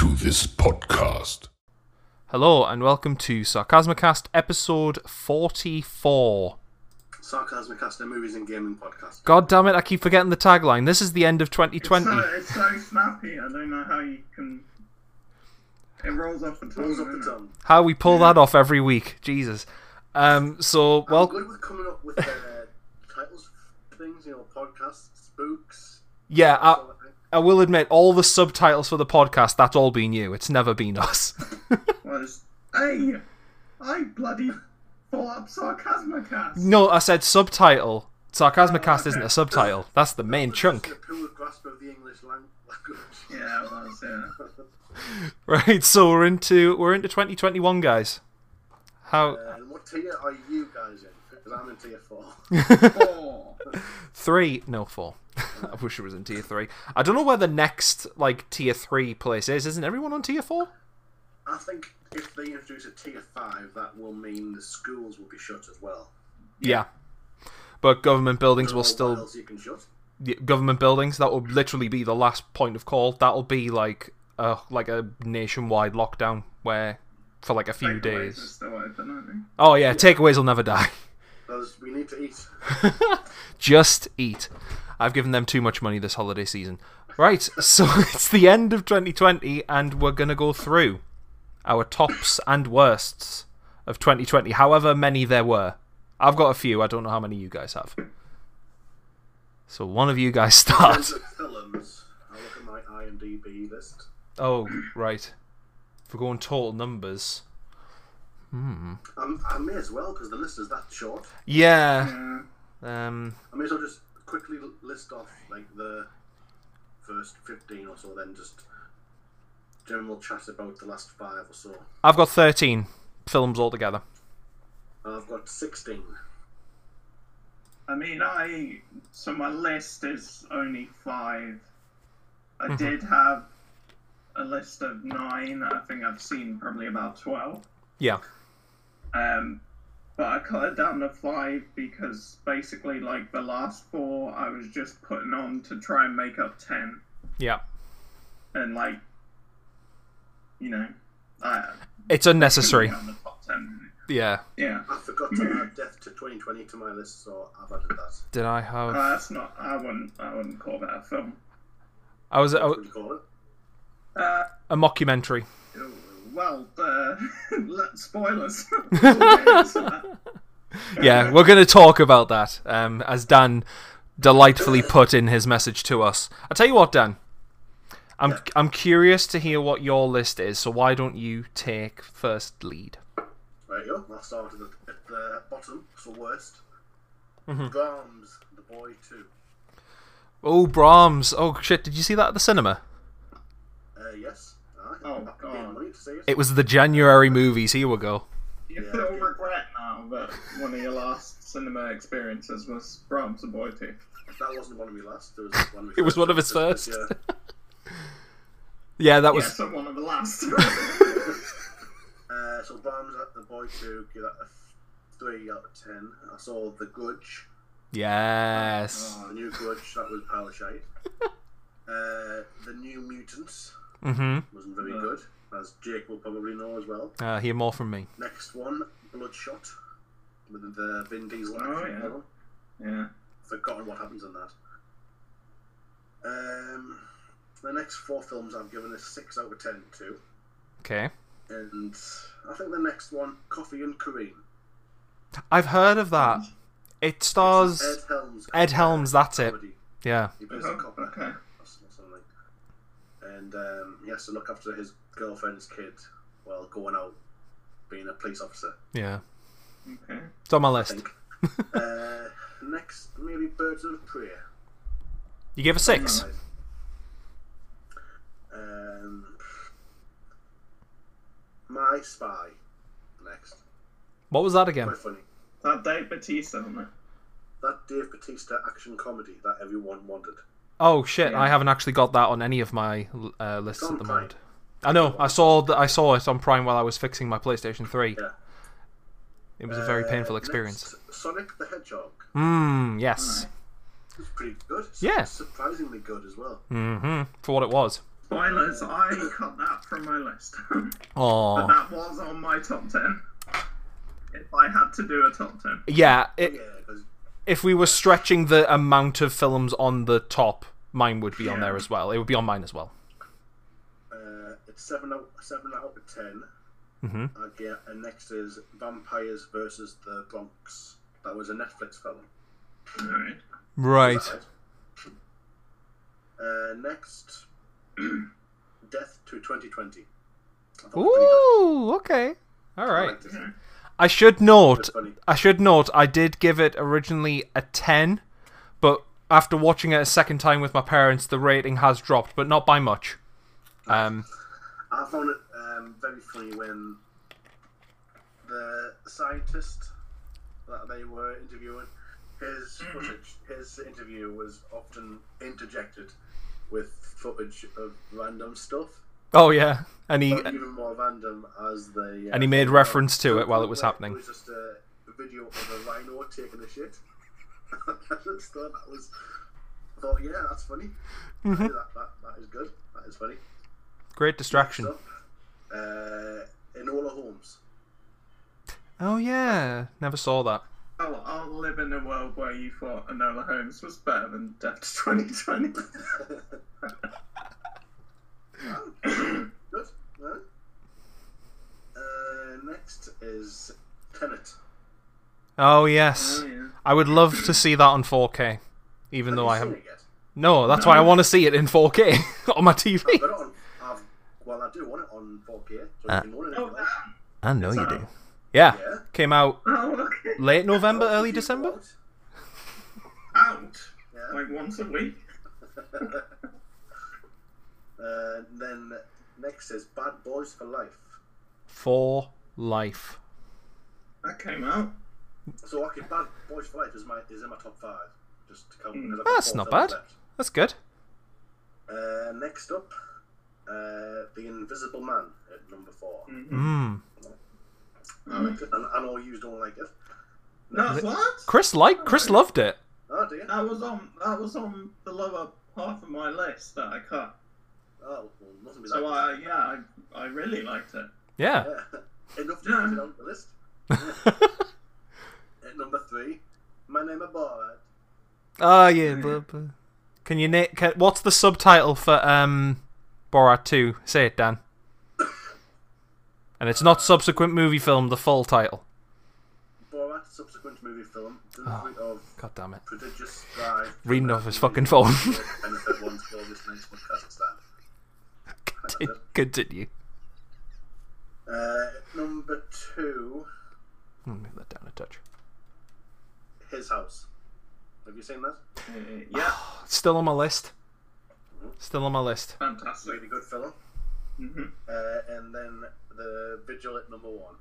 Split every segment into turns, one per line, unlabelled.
this podcast.
Hello and welcome to Sarcasmicast episode 44.
Sarcasmicast, a movies and gaming podcast.
God damn it, I keep forgetting the tagline. This is the end of 2020.
So, it's so snappy. I don't know how you can. It rolls off the tongue.
Rolls off the
doesn't it?
tongue.
How we pull that off every week. Jesus. Um, so,
I'm
well,
good with coming up with uh, titles for things, you know, podcasts, spooks.
yeah, I,
all that thing.
I will admit, all the subtitles for the podcast, that's all been you. It's never been us.
Well, it's- Hey, I bloody thought up sarcasmicast.
no, I said subtitle. Sarcasmicast isn't a subtitle, that's the main chunk.
Just a poor grasp of the English lang- language.
Yeah, well, it's, yeah.
Right, so we're into we're into 2021, guys. How
Uh, and what tier are you guys in? Because I'm in tier four.
Four.
three? No, four. I wish it was in tier three. I don't know where the next like tier three place is. Isn't everyone on tier four?
I think if they introduce a tier five, that will mean the schools will be shut as well.
Yeah. But government buildings will
Or what
still
else you can shut?
y- government buildings that will literally be the last point of call. That'll be like a like a nationwide lockdown where for like a few
Takeaways are
days.
Still open, aren't they?
Oh yeah, takeaways will never die.
Because we need to eat.
Just eat. I've given them too much money this holiday season. Right, so it's the end of 2020 and we're going to go through our tops and worsts of 2020, however many there were. I've got a few, I don't know how many you guys have. So one of you guys
Those
start.
are films. I look at my IMDb list.
Oh, right. If we're going total numbers.
i Um, I may as well, because the list is that short.
Yeah.
Yeah.
Um
I may as well just quickly l- list off like the first fifteen or so, then just general chat about the last five or so.
I've got 13 films altogether.
I've got sixteen.
I mean, I. So my list is only five. I
Mm-hmm.
did have a list of nine. I think I've seen probably about 12.
Yeah.
Um, but I cut it down to five because basically, like the last four, I was just putting on to try and make up ten,
Yeah.
and like, you know, I
It's unnecessary.
on the top ten.
Yeah.
Yeah,
I forgot to add Death to 2020 to my list, so I've added that.
Did I have
Uh, that's not. I wouldn't. I wouldn't call that a film.
I was I,
What do you call it?
Uh,
a mockumentary.
well, uh, let- spoilers.
Yeah, we're going to talk about that, um, as Dan delightfully put in his message to us. I tell you what, Dan, I'm I'm curious to hear what your list is. So why don't you take first lead?
There you go. I'll start at the, at the bottom for worst.
Mm-hmm.
Brahms, The Boy 2.
Oh, Brahms! Oh shit! Did you see that at the cinema?
Uh, yes. I
Oh,
I paid
God.
money to see it.
It was the January movies. Here we go.
you feel regret now that one of your last cinema experiences was Brahms the Boy Two.
That wasn't one of my last. There was one of my
It was
first
one of his
this-
first.
this year.
Yeah, that was
Yes, and one of the last.
Uh, so Brahms at the Boy 2, give that a 3 out of 10. I saw The Grudge,
yes.
the new Grudge, that was pile of shite. Uh, the New Mutants
Mm-hmm.
wasn't very good, as Jake will probably know as well.
Uh, hear more from me.
Next one, Bloodshot, with the Vin Diesel
Oh,
action
yeah.
film.
yeah.
Forgotten what happens in that. Um, the next four films I've given a 6 out of 10 to.
Okay.
And I think the next one, Coffee and Kareem.
I've heard of that. It
Ed
stars
Helms.
Ed Helms. That's it.
comedy.
Yeah.
He plays a
Oh,
cop in a
okay.
house or something. And um, he has to look after his girlfriend's kid while going out being a police officer,
Yeah.
Okay.
It's on my
I
list.
think. uh, next, maybe Birds of Prey.
You gave a six.
Right. Um, My Spy. Next.
What was that again?
Quite funny.
That Dave Batista, wasn't it?
That Dave Batista action comedy that everyone wanted.
Oh shit!
Yeah.
I haven't actually got that on any of my uh, lists
It's
at
on
the
Prime.
moment. I know. I saw that. I saw it on Prime while I was fixing my PlayStation Three.
Yeah.
It was a very
Uh,
painful experience.
next, Sonic the Hedgehog.
Mmm. Yes.
It's pretty good.
Yeah.
Surprisingly good as well.
hmm For what it was.
Spoiler spoilers, I cut that from my list. but
Oh,
that was on my top 10. If I had to do a top 10.
yeah.
Yeah,
It,
'cause
if we were stretching the amount of films on the top, mine would be on
Yeah.
there as well. It would be on mine as well.
Uh, it's seven out seven out of ten.
Mhm.
I get and next is Vampires versus the Bronx. That was a Netflix film.
Alright.
Right.
Uh, next, Death to 2020. I thought it was pretty good.
Ooh. Okay. All
I
right.
liked it. It
I should note.
was funny.
I should note. I did give it originally a ten, but after watching it a second time with my parents, the rating has dropped, but not by much. Um.
I found it um, very funny when the scientist that they were interviewing, his footage, his interview was often interjected with footage of random stuff,
Oh yeah. And he
but even more random as they. Uh,
and he made reference to it while it was happening.
It was just a video of a rhino taking a shit. I just thought that was. I thought, yeah, that's funny.
Mm-hmm.
That, that, that is good. That is funny.
Great distraction.
So, uh, Enola Holmes.
Oh yeah. Never saw that.
I'll, I'll live in a world where you thought Enola Holmes was better than Death to 2020.
Good. No? Uh, next is Tenet.
Oh yes.
Oh, yeah.
I would love to see that on 4K, even though I
Have you
haven't.
seen it yet?
No, that's why I want to see it in 4K on my TV.
I've got it on. I've, well, I do want it on 4K, so
Ah.
you can order it.
Oh,
if you like.
damn.
I know you
do. out.
Yeah.
Yeah.
Came out
Oh, okay.
late November,
Well, if
early
you
December.
want,
Out.
Yeah.
Like once a week.
Uh, then next is Bad Boys for Life.
For life.
That came out.
So okay, Bad Boys for Life is my is in my top five. Just to come.
Hmm.
'cause I've got
That's
four
not bad.
films left.
That's good.
Uh, next up, uh, The Invisible Man at number four.
Mm-hmm.
Mm.
Hmm.
I liked it, and I know you don't like it.
No, what?
Chris liked. Chris loved it.
Oh, do you?
That was on. That was on the lower half of my list that I cut.
Oh, well, nothing be that.
So I, yeah, I, I really liked it.
Yeah.
Yeah. Enough to put it on the list. At number three, My Name is Borat.
Ah yeah. blah, blah. Can you na- can, What's the subtitle for um, Borat Two? Say it, Dan. And it's not subsequent movie film. The full title.
Borat, subsequent movie film, delivery
Ah.
of
God damn it.
prodigious drive.
Reading off his fucking phone.
and the third one's for this night's from Kazakhstan.
Continue. Continue.
Uh, at number two,
Let me move that down a touch.
His House. Have you seen that?
Uh, yeah,
Still on my list. Still on my list.
fantastic.
Really good film.
Mm-hmm.
hmm
Uh, and then The Vigil at number one.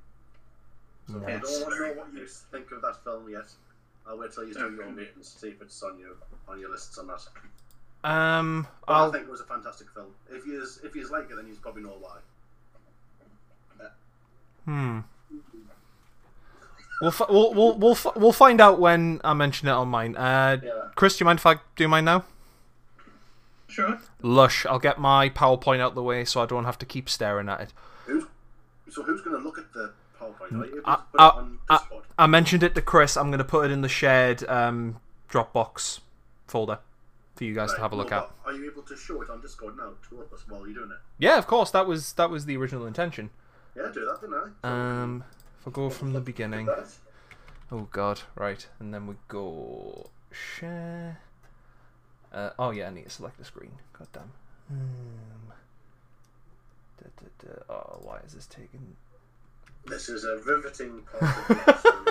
I
Yes.
don't want to know what you think of that film yet. I'll wait till you do your own ratings to see if it's on your on your lists or not.
Um,
But I
I'll
think it was a fantastic film. If you if you like it, then you probably know why.
hmm. We'll, fi- we'll we'll we'll fi- we'll find out when I mention it on mine. Uh,
Yeah.
Chris, do you mind if I do mine now?
Sure.
Lush. I'll get my PowerPoint out the way so I don't have to keep staring at it.
Who's so who's going to look at the PowerPoint? Are
Mm,
you
I-
just put
I-
it on Discord?
I mentioned it to Chris. I'm gonna put it in the shared um, Dropbox folder for you guys to
Right,
have a look
well,
at.
but Are you able to show it on Discord now to us while you're doing it?
Yeah, of course. That was that was the original intention.
Yeah, do that, didn't I?
Um, if I go from the beginning.
That.
Oh god, right. And then we go share. Uh, oh yeah, I need to select the screen. God damn. Um, da, da, da. Oh, why is this taking?
This is a riveting part of the episode.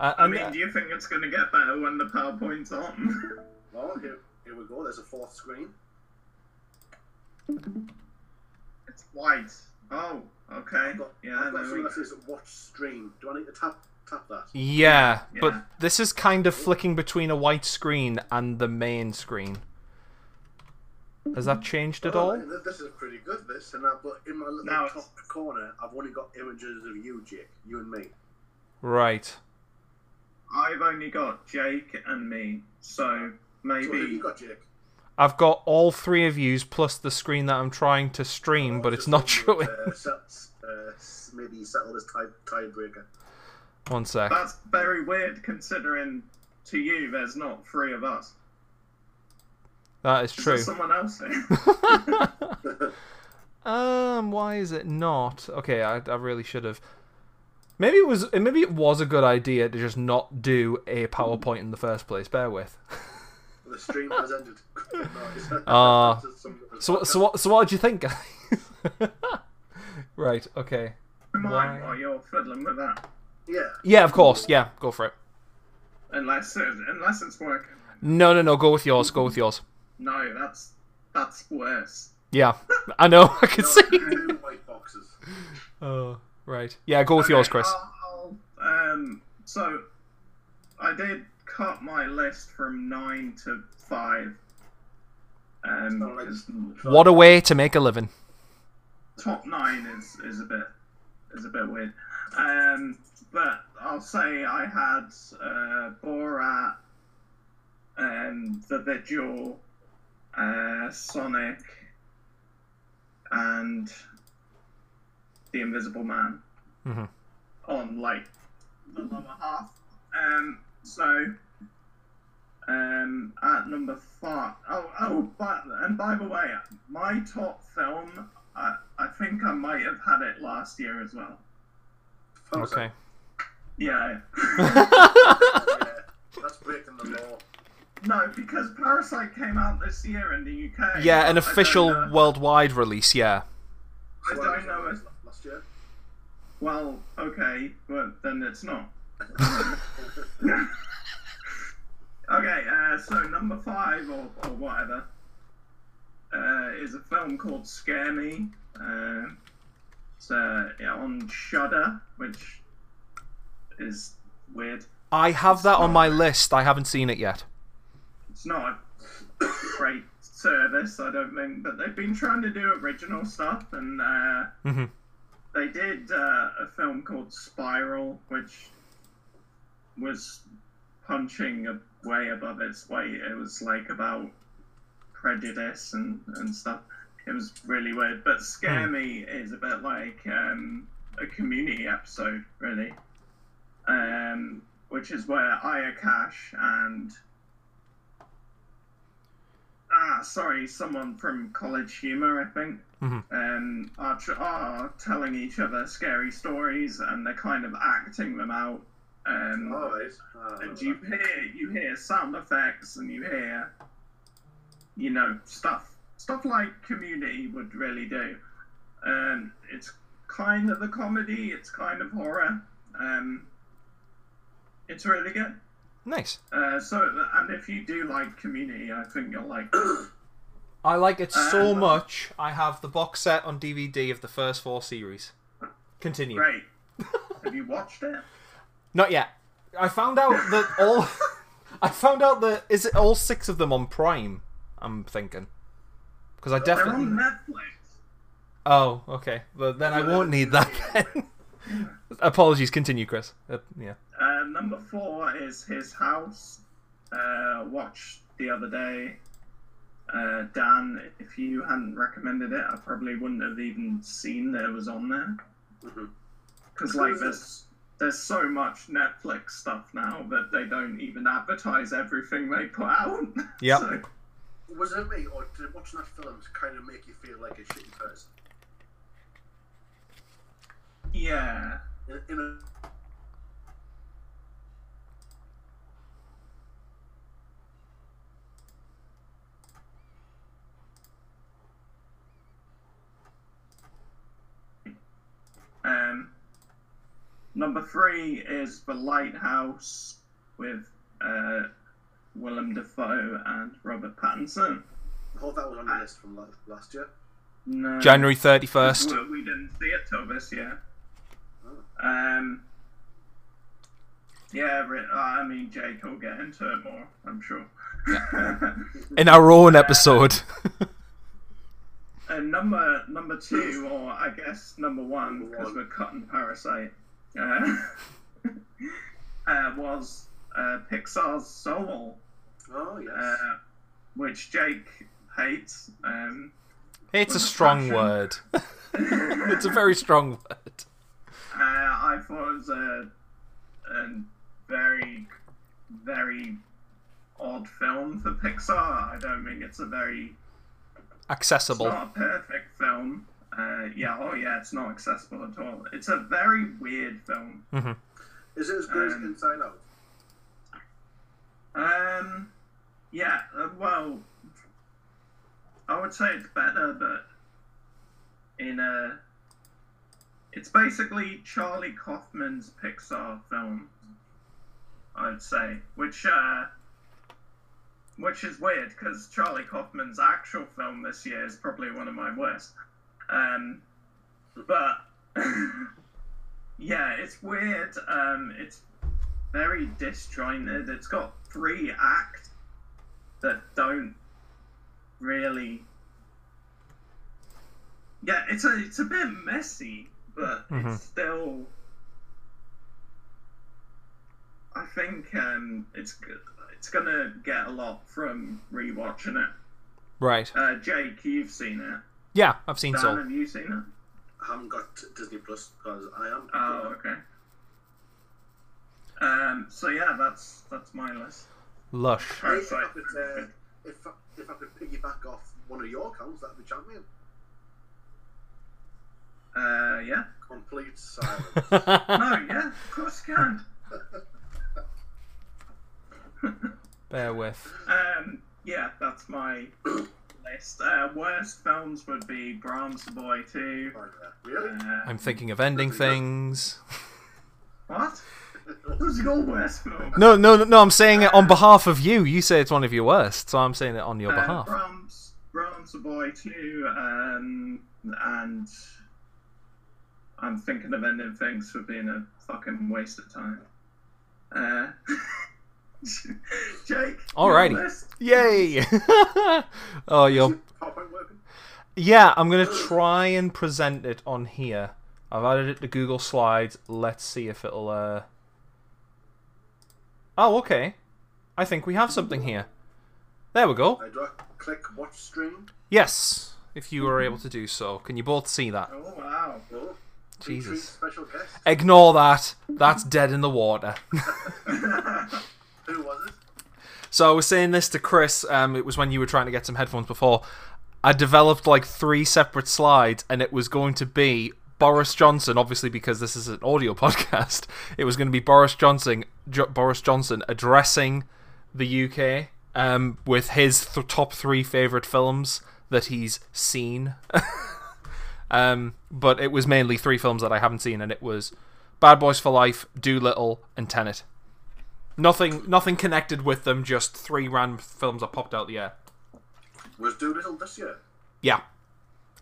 Uh,
I mean, do you think it's going to get better when the PowerPoint's on?
Well, here, here we go. There's a fourth screen.
it's white. Oh, okay.
I've got,
Yeah,
I've got
there
something
we go.
that says watch stream. Do I need to tap tap that?
yeah,
Yeah.
but this is kind of flicking between a white screen and the main screen. Has that changed at
Oh,
all?
th- This is pretty good. This, and I've got in my little
No,
top
it's-
corner. I've only got images of you, Jake, you and me.
Right.
I've only got Jake and me, so
So who have
maybe
you got, Jake?
I've got all three of yous plus the screen that I'm trying to stream, but it's not showing.
Uh, shuts, uh, maybe settle this tie tiebreaker.
One sec.
That's very weird considering to you there's not three of us.
That is
Is there
true.
someone else here?
Um, why is it not? Okay, I, I really should have. Maybe it was maybe it was a good idea to just not do a PowerPoint in the first place. Bear with.
The stream has ended. Nice.
Ah.
Just some-
So what- so what so what did you think, guys? right. Okay.
Mine
Why?
while Oh, you're fiddling with that.
Yeah.
Yeah, of course. Yeah, go for it.
Unless it, unless it's working.
No, no, no. Go with yours. Go with yours.
No, that's that's worse.
Yeah, I know. I can
No,
see.
Two white boxes.
Oh, right. Yeah, go with yours,
Okay,
Chris.
I'll- I'll- um, so I did cut my list from nine to five. Um,
All right.
'cause
What a way to make a living.
top nine is, is a bit is a bit weird. Um, but I'll say I had uh, Borat, um, The Vigil, uh, Sonic, and The Invisible Man
Mhm.
on like the lower half. Um, so um, at number five. Oh, oh, but and by the way, my top film. I, I think I might have had it last year as well.
Okay.
Yeah.
Yeah, that's breaking the law.
no, because Parasite came out this year in the UK.
yeah, an
I don't
official
know-
worldwide release. Yeah.
I
Why was
don't know.
it
If,
Last year.
well, okay, but then it's not. okay, uh, so number five or, or whatever uh, is a film called Scare Me. Uh, it's uh, yeah, on Shudder, which is weird.
I have that on my list. I haven't seen it yet.
It's not a great service, I don't think, but they've been trying to do original stuff, and uh,
Mhm.
they did uh, a film called Spiral, which was punching a- way above its weight. It was like about prejudice and, and stuff. It was really weird, but Scare Me is a bit like um, a community episode, really. Um, which is where Aya Cash and ah, sorry, someone from College Humor, I think,
Mhm.
um, are, tr- are telling each other scary stories and they're kind of acting them out. Um,
Alright. Ah,
and you hear you hear sound effects and you hear you know stuff stuff like community would really do um it's kind of a comedy it's kind of horror um it's really good
Nice.
uh so and if you do like community i think you'll like
I like it so
Um,
much. I have the box set on DVD of the first four series. Continue.
great have you watched it
Not yet. I found out that all. I found out that is it all six of them on Prime. I'm thinking because I
they're
definitely.
on netflix
Oh, okay. Well, then I won't need that. Then. Apologies. Continue, Chris. Uh, yeah.
Uh, number four is his house. Uh, watched the other day. Uh, Dan, if you hadn't recommended it, I probably wouldn't have even seen that it was on there.
Mhm.
Because like there's there's so much Netflix stuff now that they don't even advertise everything they put out.
Yep.
So,
Was it me, or did watching that film kind of make you feel like a shitty person?
yeah.
In, in a,
Um, number three is The Lighthouse with uh, Willem Dafoe and Robert Pattinson.
I thought that was on the list from la- last year.
No.
January thirty first.
We, we didn't see it till this year. Um, yeah, re- I mean, Jake will get into it more, I'm sure.
in our own episode.
and number number two, or I guess number one,
Number
because
one.
we're cutting Parasite, uh, uh, was uh, Pixar's Soul,
Oh, yes.
uh, which Jake hates. Um, uh,
It's a
Was it
strong
fashion?
word. it's a very strong word.
Uh, I thought it was a, a very, very odd film for Pixar. I don't think it's a very, it's
Accessible.
not a perfect film. Uh, yeah, oh yeah, it's not accessible at all. It's a very weird film.
Is it as good as
Um,
Inside Out?
Um, yeah, uh, well, I would say it's better, but in a, it's basically Charlie Kaufman's Pixar film. I'd say, which uh, which is weird because Charlie Kaufman's actual film this year is probably one of my worst. Um, but yeah, it's weird. Um, it's very disjointed. It's got three acts that don't really. Yeah, it's a it's a bit messy, but
Mhm.
it's still. I think um, it's g- it's gonna get a lot from rewatching it.
Right.
Uh, Jake, you've seen it.
Yeah, I've seen
Dan,
Soul.
have you seen it?
I haven't got Disney Plus because I am.
Oh, okay. Um, so yeah, that's that's my list.
Lush.
Hey,
Parasite.
if, I could, uh, if, I- if I could piggyback off one of your accounts, that'd be champion.
Uh, yeah.
Complete silence.
No, yeah, of course you can.
Bear with.
Um, yeah, that's my list. Uh, worst films would be Brahms the Boy 2.
Right there.
Uh,
really?
I'm thinking of ending things.
what? What was your worst film?
No, no, no, no, I'm saying it on behalf of you. You say it's one of your worst, so I'm saying it on your
Uh,
behalf.
Brahms, Brahms the Boy 2, um, and I'm thinking of ending things for being a fucking waste of time. Uh, Jake. your
Alrighty.
list?
Yay! oh, you're.
PowerPoint working?
Yeah, I'm going to try and present it on here. I've added it to Google Slides. Let's see if it'll. Uh... Oh, okay. I think we have something here. There we go.
Uh, do I click watch stream?
Yes, if you were able to do so. Can you both see that?
Oh, wow.
No. Featuring
Jesus.
Special guest.
Ignore that. That's dead in the water.
Who was it?
So I was saying this to Chris. Um, it was when you were trying to get some headphones before. I developed like three separate slides, and it was going to be Boris Johnson, obviously because this is an audio podcast. It was going to be Boris Johnson, jo- Boris Johnson addressing the UK um, with his th- top three favorite films that he's seen. um, but it was mainly three films that I haven't seen, and it was Bad Boys for Life, Doolittle, and Tenet. Nothing, nothing connected with them. Just three random films that popped out the air.
Was Doolittle this year?
Yeah.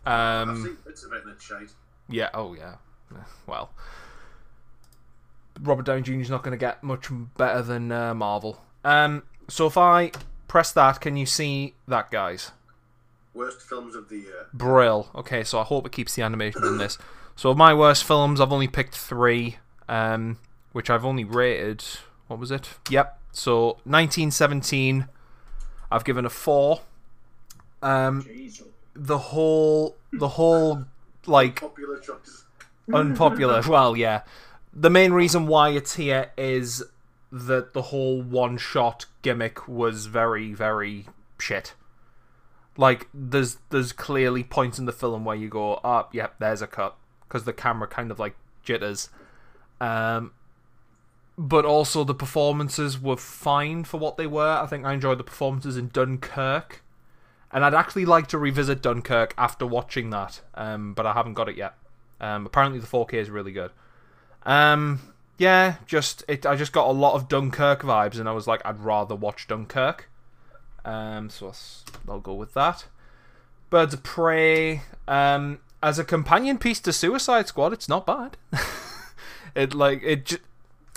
I've
Um.
seen bits of it and it's shite.
Yeah. Oh yeah. Eh, Well, Robert Downey Jr. is not going to get much better than uh, Marvel. Um. So if I press that, can you see that, guys?
Worst films of the uh, year.
Brill. Okay, so I hope it keeps the animation in this. So of my worst films, I've only picked three, um, which I've only rated. What was it? Yep. So 1917, I've given a four. Um,
Jesus.
the whole, the whole, like
Popular choice.
unpopular. well, yeah. The main reason why it's here is that the whole one shot gimmick was very, very shit. Like there's there's clearly points in the film where you go, up, yep, there's a cut because the camera kind of like jitters. Um, but also the performances were fine for what they were. I think I enjoyed the performances in Dunkirk, and I'd actually like to revisit Dunkirk after watching that, um, but I haven't got it yet. Um, apparently the 4K is really good. Um, yeah, just it. I just got a lot of Dunkirk vibes, and I was like, I'd rather watch Dunkirk. Um, so that's- I'll go with that. Birds of Prey. Um, as a companion piece to Suicide Squad, it's not bad. it like it. Ju-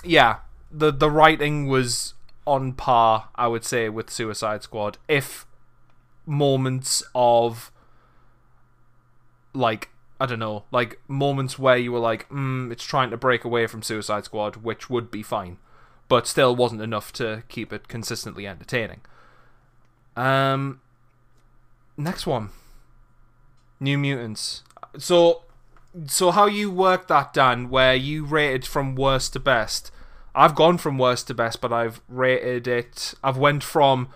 yeah, the the writing was on par, I would say, with Suicide Squad. If moments of like I don't know, like moments where you were like, mm, it's trying to break away from Suicide Squad, which would be fine, but still wasn't enough to keep it consistently entertaining. Um, next one. New Mutants. So, so how you worked that, Dan? Where you rated from worst to best? I've gone from worst to best, but I've rated it. I've went from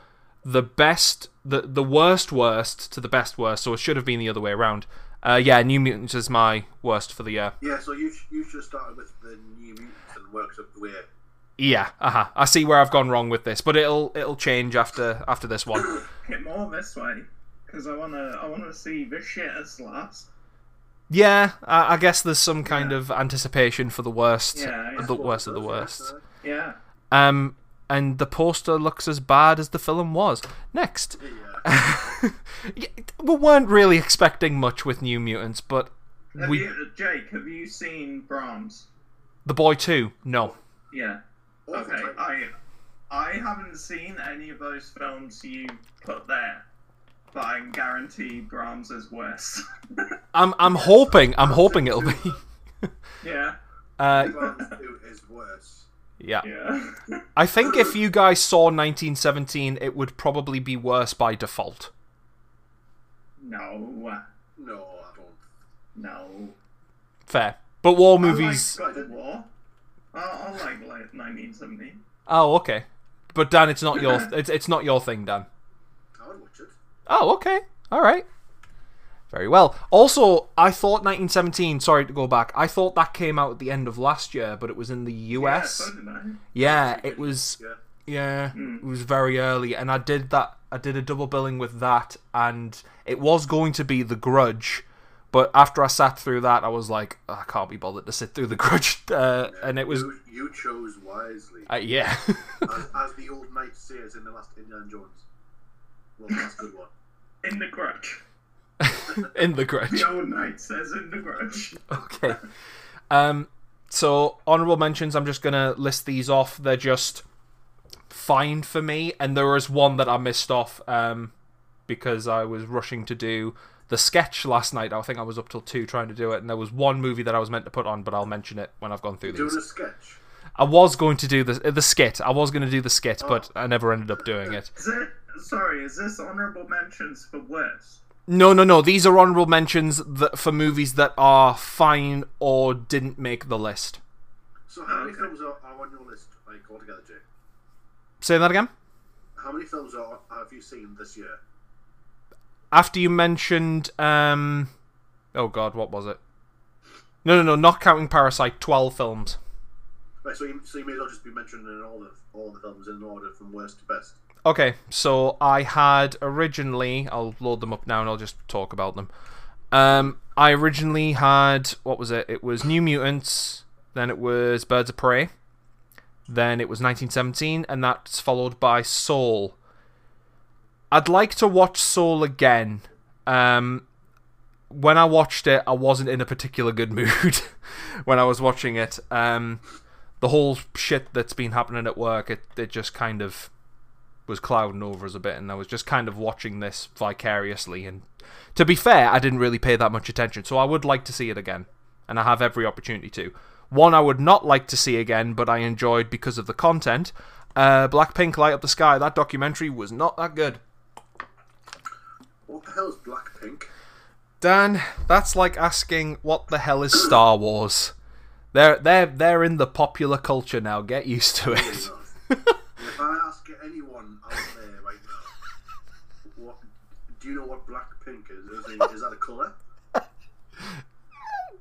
the best, the the worst worst to the best worst. So it should have been the other way around. Uh, yeah, New Mutants is my worst for the year.
Yeah, so you sh- you should have started with the new mutants and worked up the way.
Yeah, uh-huh. I see where I've gone wrong with this, but it'll it'll change after after this one.
Get more this way, because I wanna I wanna see this shit as last.
Yeah, I, I guess there's some kind of anticipation for the worst,
Yeah, yeah.
the worst of the worst.
Yeah.
Um, and the poster looks as bad as the film was. Next,
Yeah.
Yeah, we weren't really expecting much with New Mutants, but
Have
we
you, uh, Jake, have you seen Brahms?
the boy too. No,
Yeah.
Awful
Okay.
type.
I I haven't seen any of those films you put there, but I can guarantee Brahms is worse.
I'm I'm hoping I'm hoping it'll be.
yeah.
Uh,
Brahms two is worse.
yeah,
Yeah.
I think if you guys saw 1917, it would probably be worse by default.
no.
No, I don't.
No.
Fair, but war movies.
I like God of War. I, I like like 1970.
Oh, okay. But Dan, it's not your it's, it's not your thing, Dan.
I would watch it.
Oh, okay. All right. Very well. Also, I thought 1917, sorry to go back. I thought that came out at the end of last year, but it was in the
Yeah,
US.
so did I.
Yeah, it was
Yeah.
yeah, it was very early and I did that I did a double billing with that and it was going to be The Grudge, but after I sat through that, I was like, I can't be bothered to sit through The Grudge uh, and it was
You, you chose wisely,
uh, yeah.
as, as the old knight says in the last Indiana Jones. Well, the last good one.
In the Grudge.
in The Grudge.
The old knight says in the Grudge.
Okay. Um, so honorable mentions. I'm just gonna list these off. They're just fine for me, and there was one that I missed off um, because I was rushing to do the sketch last night. I think I was up till two trying to do it, and there was one movie that I was meant to put on, but I'll mention it when I've gone through
Doing
these.
a sketch.
I was going to do the the skit. I was going to do the skit, but I never ended up doing it.
Is it? Sorry, is this honorable mentions for worse?
No, no, no. These are honorable mentions that, for movies that are fine or didn't make the list.
So, how many
Okay.
films are, are on your list, like altogether, Jake?
Say that again.
How many films are, have you seen this year?
after you mentioned um oh god what was it no no no not counting parasite 12 films
Right, so you, so you may as well just be mentioning in all the all the films in order from worst to best.
okay so i had originally i'll load them up now and i'll just talk about them um i originally had what was it it was new mutants then it was birds of prey then it was 1917 and that's followed by soul i'd like to watch soul again um when I watched it, I wasn't in a particular good mood when I was watching it. Um, the whole shit that's been happening at work, it, it just kind of was clouding over us a bit, and I was just kind of watching this vicariously. And to be fair, I didn't really pay that much attention, so I would like to see it again, and I have every opportunity to. One I would not like to see again, but I enjoyed because of the content. Uh, Blackpink Light Up the Sky, that documentary was not that good.
What the hell's Blackpink?
Dan, that's like asking what the hell is Star Wars? They're they're they're in the popular culture now. Get used to it.
If I ask anyone out there right now, what do you know what Blackpink is? Is, it- is that a colour?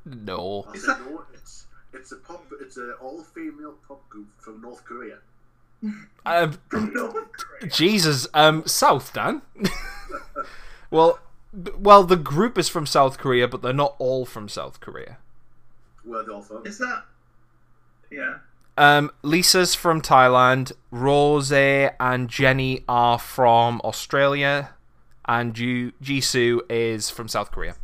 no.
I said no. It's it's a pop. It's an all-female pop group from North Korea.
Um,
No.
Jesus. Um, South Dan. well, b- well, the group is from South Korea, but they're not all from South Korea.
Where they're all from.
Is that? Yeah.
Um, Lisa's from Thailand. Rose and Jenny are from Australia, and Ju- Jisoo is from South Korea.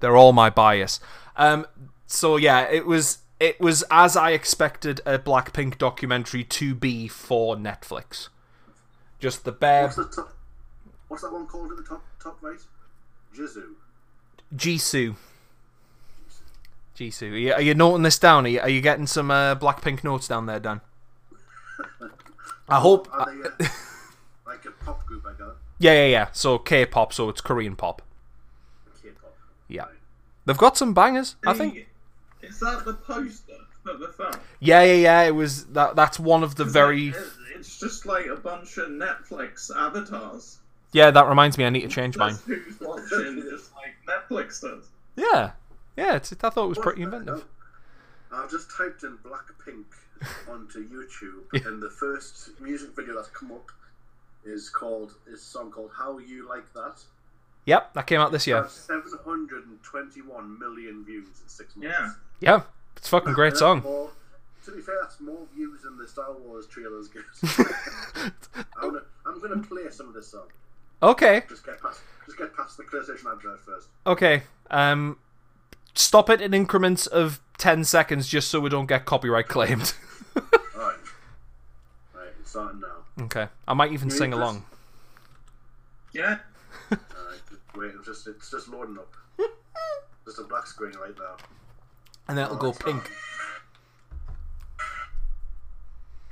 They're all my bias. Um, so yeah, it was it was as I expected a Blackpink documentary to be for Netflix. Just the bare
What's the top? What's that one called at the top top right? Jisoo.
Jisoo. Jisoo, are you, are you noting this down? Are you, are you getting some uh, Blackpink notes down there, Dan? I hope.
Are they? Uh,
Yeah, yeah, yeah. So K-pop, so it's Korean pop.
K-pop.
Yeah. They've got some bangers, I think.
Is that the poster that the film?
Yeah, yeah, yeah. It was that. That's one of the very.
It- It's just like a bunch of Netflix avatars.
Yeah, that reminds me. I need to change mine.
That's who's watching, just like Netflix does.
Yeah, yeah. It's, I thought it was pretty
What's that?
inventive.
I've just typed in Blackpink onto YouTube, and the first music video that's come up is called is a song called "How You Like That."
Yep, that came out this year.
That's 721 million views in six months.
Yeah.
Yeah, it's a fucking great
That's
song.
more- to be fair, that's more views than the Star Wars trailers get. I'm gonna, I'm gonna play some of this song.
okay,
Just get past, just get past the PlayStation advert first.
okay. Um, stop it in increments of ten seconds, just so we don't get copyright claimed.
All right, all right, it's starting now.
okay, I might even
Can we
sing
press-
along.
Yeah.
All right, just wait, it's just it's just loading up. just a black screen right now.
and then it'll go
Alright, so-
pink.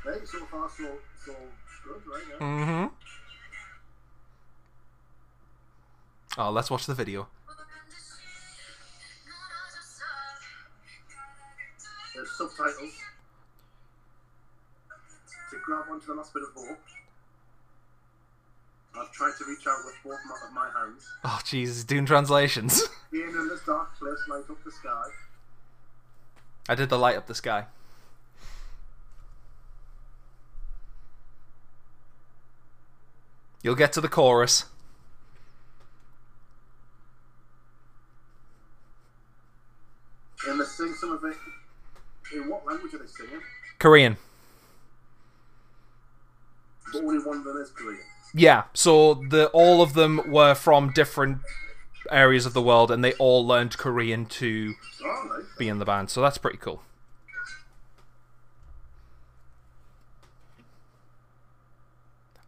Right, so far so so good, right?
hmm
Yeah.
Oh, let's watch the video.
There's subtitles to grab onto the last bit of hope. I've tried to reach out with both my, of my hands.
Oh, Jesus, doing translations.
Being in this dark place, light up the sky.
I did the light up the sky. You'll get to the chorus.
And they sing some of it. In what language are they singing?
Korean.
But only one of them is Korean.
Yeah, so the all of them were from different areas of the world and they all learned Korean to
Alright.
be in the band. So that's pretty cool.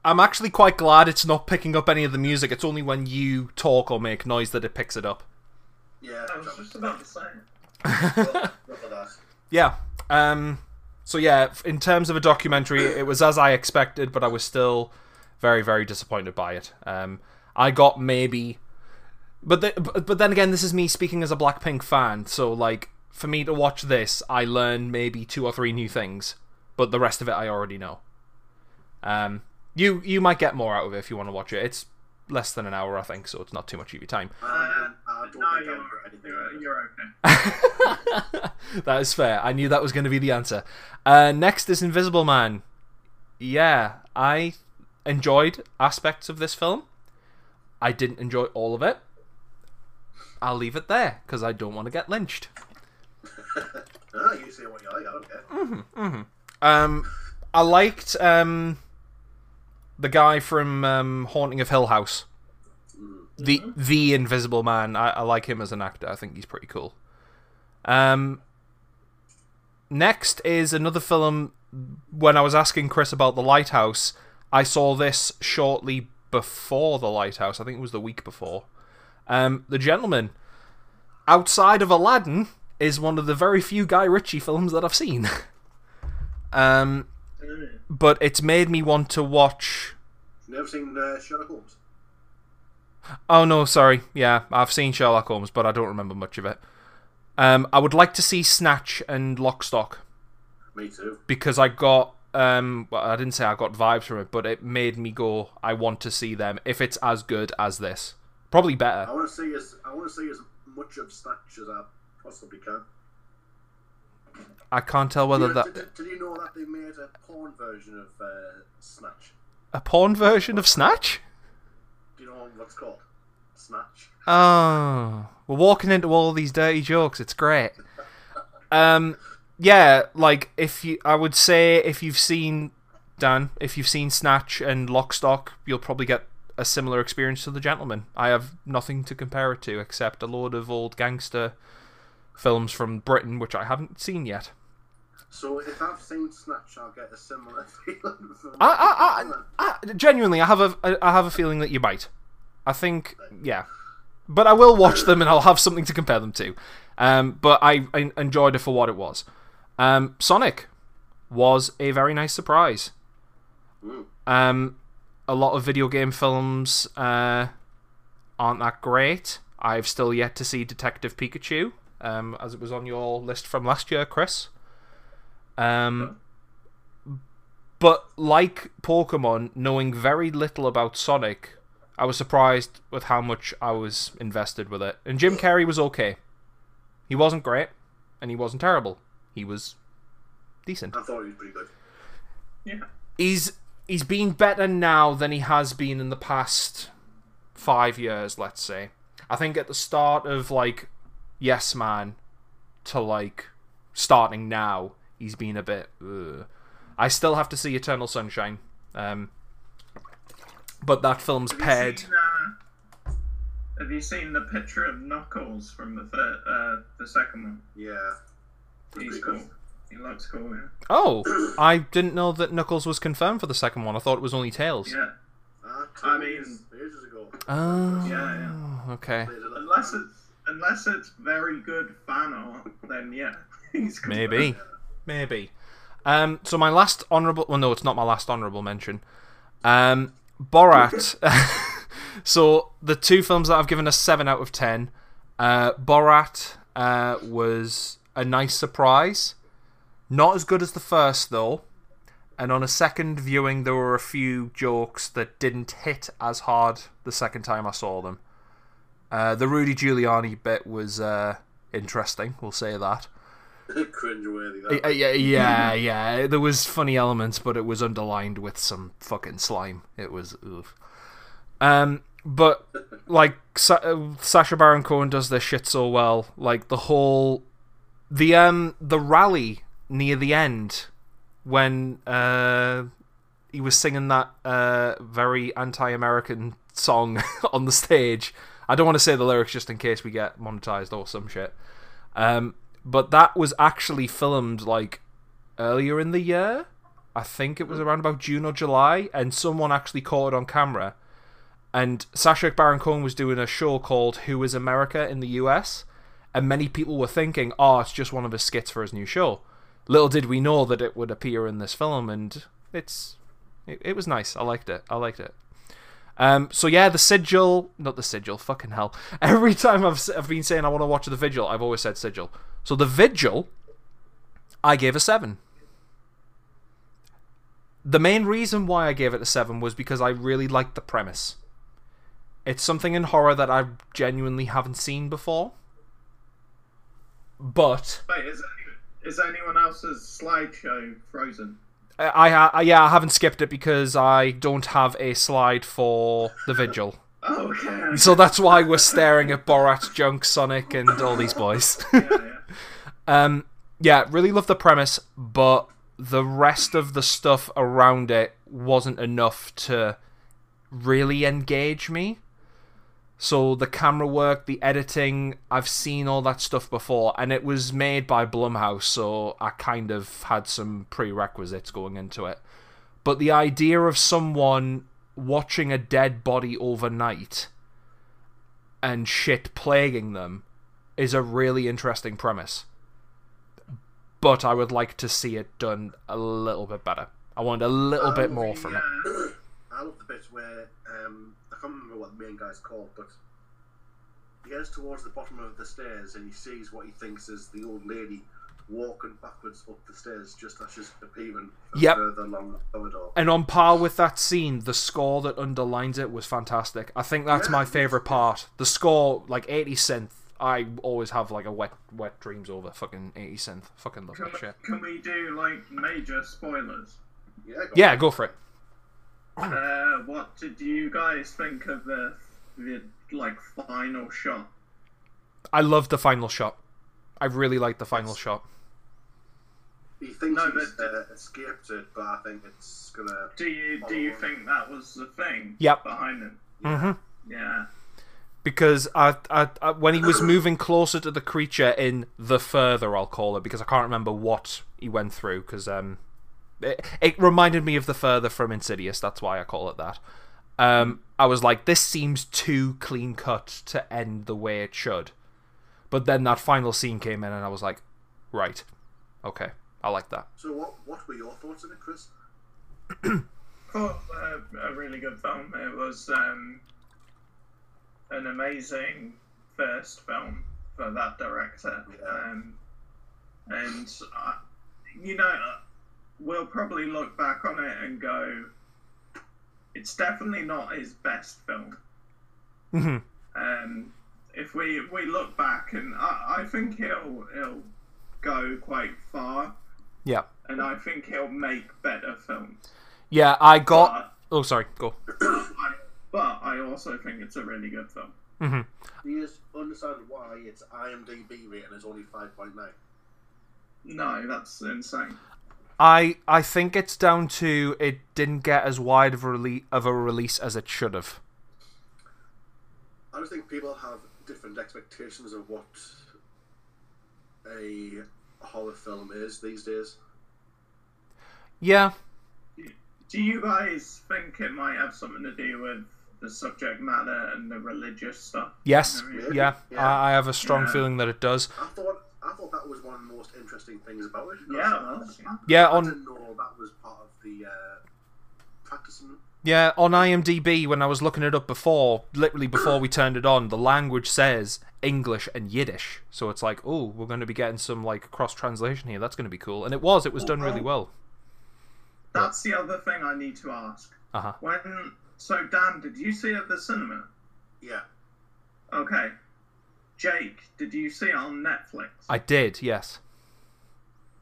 I'm actually quite glad it's not picking up any of the music. It's only when you talk or make noise that it picks it up.
Yeah,
I was just about to say.
Oh. look at that.
Yeah. Um, so yeah, f- in terms of a documentary, it was as I expected, but I was still very, very disappointed by it. Um, I got maybe, but the, but but then again, this is me speaking as a Blackpink fan. So like, for me to watch this, I learn maybe two or three new things, but the rest of it I already know. Um, you you might get more out of it if you want to watch it. It's less than an hour, I think, so it's not too much of your time.
I, uh, I don't
No,
think
you're,
I'll get anything out
you're,
of it.
you're okay.
that is fair. I knew that was going to be the answer. Uh, next is Invisible Man. Yeah, I enjoyed aspects of this film. I didn't enjoy all of it. I'll leave it there because I don't want to get lynched.
Ah, you say what you like, I don't care.
Um, I liked um, the guy from um, Haunting of Hill House. The the Invisible Man. I, I like him as an actor. I think he's pretty cool. Um, next is another film. When I was asking Chris about the Lighthouse, I saw this shortly before the Lighthouse. I think it was the week before. Um, the Gentleman, outside of Aladdin, is one of the very few Guy Ritchie films that I've seen. Um, but it's made me want to watch.
Never seen uh, Sherlock Holmes.
Oh no, sorry. Yeah, I've seen Sherlock Holmes, but I don't remember much of it. Um, I would like to see Snatch and Lockstock
Me too.
because I got. Um, well, I didn't say I got vibes from it, but it made me go. I want to see them if it's as good as this. Probably better.
I want to see as I want to see as much of Snatch as I possibly can.
I can't tell whether
You know,
that
did, did you know that they made a porn version of uh, Snatch?
a porn version of Snatch.
Do you know what's called? Snatch.
Oh, we're walking into all these dirty jokes. It's great. Um, yeah, like if you, I would say if you've seen Dan, if you've seen Snatch and Lockstock, you'll probably get a similar experience to The Gentleman. I have nothing to compare it to except a load of old gangster films from Britain, which I haven't seen yet.
So if I've seen Snatch, I'll get a similar feeling. From
I, I, I, I genuinely, I have a, I have a feeling that you might. I think, yeah, but I will watch them and I'll have something to compare them to. Um, but I, I enjoyed it for what it was. Um, Sonic was a very nice surprise.
Mm.
Um, a lot of video game films uh, aren't that great. I've still yet to see Detective Pikachu, um, as it was on your list from last year, Chris. Um, but like Pokemon, knowing very little about Sonic, I was surprised with how much I was invested with it. And Jim Carrey was okay. He wasn't great, and he wasn't terrible. He was decent.
I thought he was pretty good.
Yeah.
He's he's been better now than he has been in the past five years, let's say. I think at the start of like Yes Man to like starting now, he's been a bit. Ugh. I still have to see Eternal Sunshine, um, but that film's
Have you
paired.
seen, uh, have you seen the picture of Knuckles from the third, uh, the second one?
Yeah.
He's cool. He looks cool. Yeah.
Oh, I didn't know that Knuckles was confirmed for the second one. I thought it was only Tails.
yeah.
Ah,
I mean-
ages ages ago.
Oh,
Yeah,
okay.
Played it at that
Unless
time.
it's unless it's very good fan art, then yeah, he's cool.
Maybe. Maybe. Um, so my last honourable, well, no, it's not my last honourable mention. Um, Borat. so the two films that I've given a seven out of ten. Uh, Borat uh, was a nice surprise. Not as good as the first though. And on a second viewing, there were a few jokes that didn't hit as hard the second time I saw them. Uh, the Rudy Giuliani bit was uh, interesting. We'll say that.
Cringeworthy.
Uh,
That.
yeah, yeah, yeah. There was funny elements, but it was underlined with some fucking slime. It was oof. Um, but like Sa- uh, Sasha Baron Cohen does this shit so well. Like the whole, the um, the rally near the end when uh, he was singing that uh very anti-American song on the stage. I don't want to say the lyrics just in case we get monetized or some shit. Um, but that was actually filmed like earlier in the year. I think it was around about June or July, and someone actually caught it on camera. And Sacha Baron Cohen was doing a show called "Who Is America" in the U.S., and many people were thinking, "Oh, it's just one of his skits for his new show." Little did we know that it would appear in this film, and it's it, it was nice. I liked it. I liked it. Um, so yeah, the sigil, not the sigil, fucking hell. Every time I've, s- I've been saying I want to watch the vigil, I've always said sigil. So the vigil, I gave a seven. The main reason why I gave it a seven was because I really liked the premise. It's something in horror that I genuinely haven't seen before, but
Wait, is any- is anyone else's slideshow frozen?
uh, I, I, I yeah, I haven't skipped it because I don't have a slide for the vigil.
Oh, okay.
So that's why we're staring at Borat, Junk, Sonic, and all these boys.
yeah, yeah.
um, yeah, really love the premise, but the rest of the stuff around it wasn't enough to really engage me. So the camera work, the editing, I've seen all that stuff before, and it was made by Blumhouse, so I kind of had some prerequisites going into it. But the idea of someone watching a dead body overnight and shit plaguing them is a really interesting premise. But I would like to see it done a little bit better. I want a little bit more from
yeah.
it.
I love the bit where um, I can't remember what the main guy's called, but he gets towards the bottom of the stairs and he sees what he thinks is the old lady walking backwards up the stairs just as she's appearing
Yep. Uh,
further along the corridor.
And on par with that scene, the score that underlines it was fantastic. I think that's my favorite part. The score, like 80 synth, I always have like a wet, wet dreams over fucking 80 synth. Fucking love
Can
that
we,
shit.
can we do like major spoilers?
Yeah, go on.
Yeah, go for it. Oh.
Uh, what did you guys think of the the like final shot?
I loved the final shot. I really liked the final shot.
He thinks
No,
he's
but-
uh, escaped it, but I think it's gonna.
Do you do you think that was the thing
Yep.
behind it?
Mm-hmm.
Yeah.
because I, I, I when he was moving closer to the creature in the further I'll call it because I can't remember what he went through because um it, it reminded me of the further from Insidious that's why I call it that um I was like this seems too clean cut to end the way it should but then that final scene came in and I was like right okay I like that
So what? What were your thoughts on it, Chris?
thought uh, a really good film. It was um, an amazing first film for that director. Um, and, uh, you know, we'll probably look back on it and go, it's definitely not his best film.
hmm
Um, if we we look back, and I, I think he'll, he'll go quite far,
Yeah.
and I think he'll make better films.
Yeah, I got.
But-
Oh, sorry. Go.
I- but I also think it's a really good film.
hmm
Do you understand why its IMDb rating is only 5.9?
No, that's insane.
I I think it's down to it didn't get as wide of a, rele- of a release as it should have.
I just think people have different expectations of what a horror film is these days.
Yeah.
Do you guys think it might have something to do with the subject matter and the religious stuff?
Yes.
Really?
Yeah.
Yeah.
I, I have a strong
Yeah.
feeling that it does.
I thought I thought that was one of the most interesting things about it.
Yeah, well,
Yeah.
I
On
didn't know that was part of the uh, practicing.
yeah on IMDb when I was looking it up before, literally before we turned it on, the language says English and Yiddish. So it's like, oh, we're going to be getting some like cross translation here. That's going to be cool. And it was. It was done really well.
that's the other thing I need to ask.
Uh huh.
When so Dan, did you see it at the cinema?
Yeah,
Okay. Jake, did you see it on Netflix?
I did. Yes.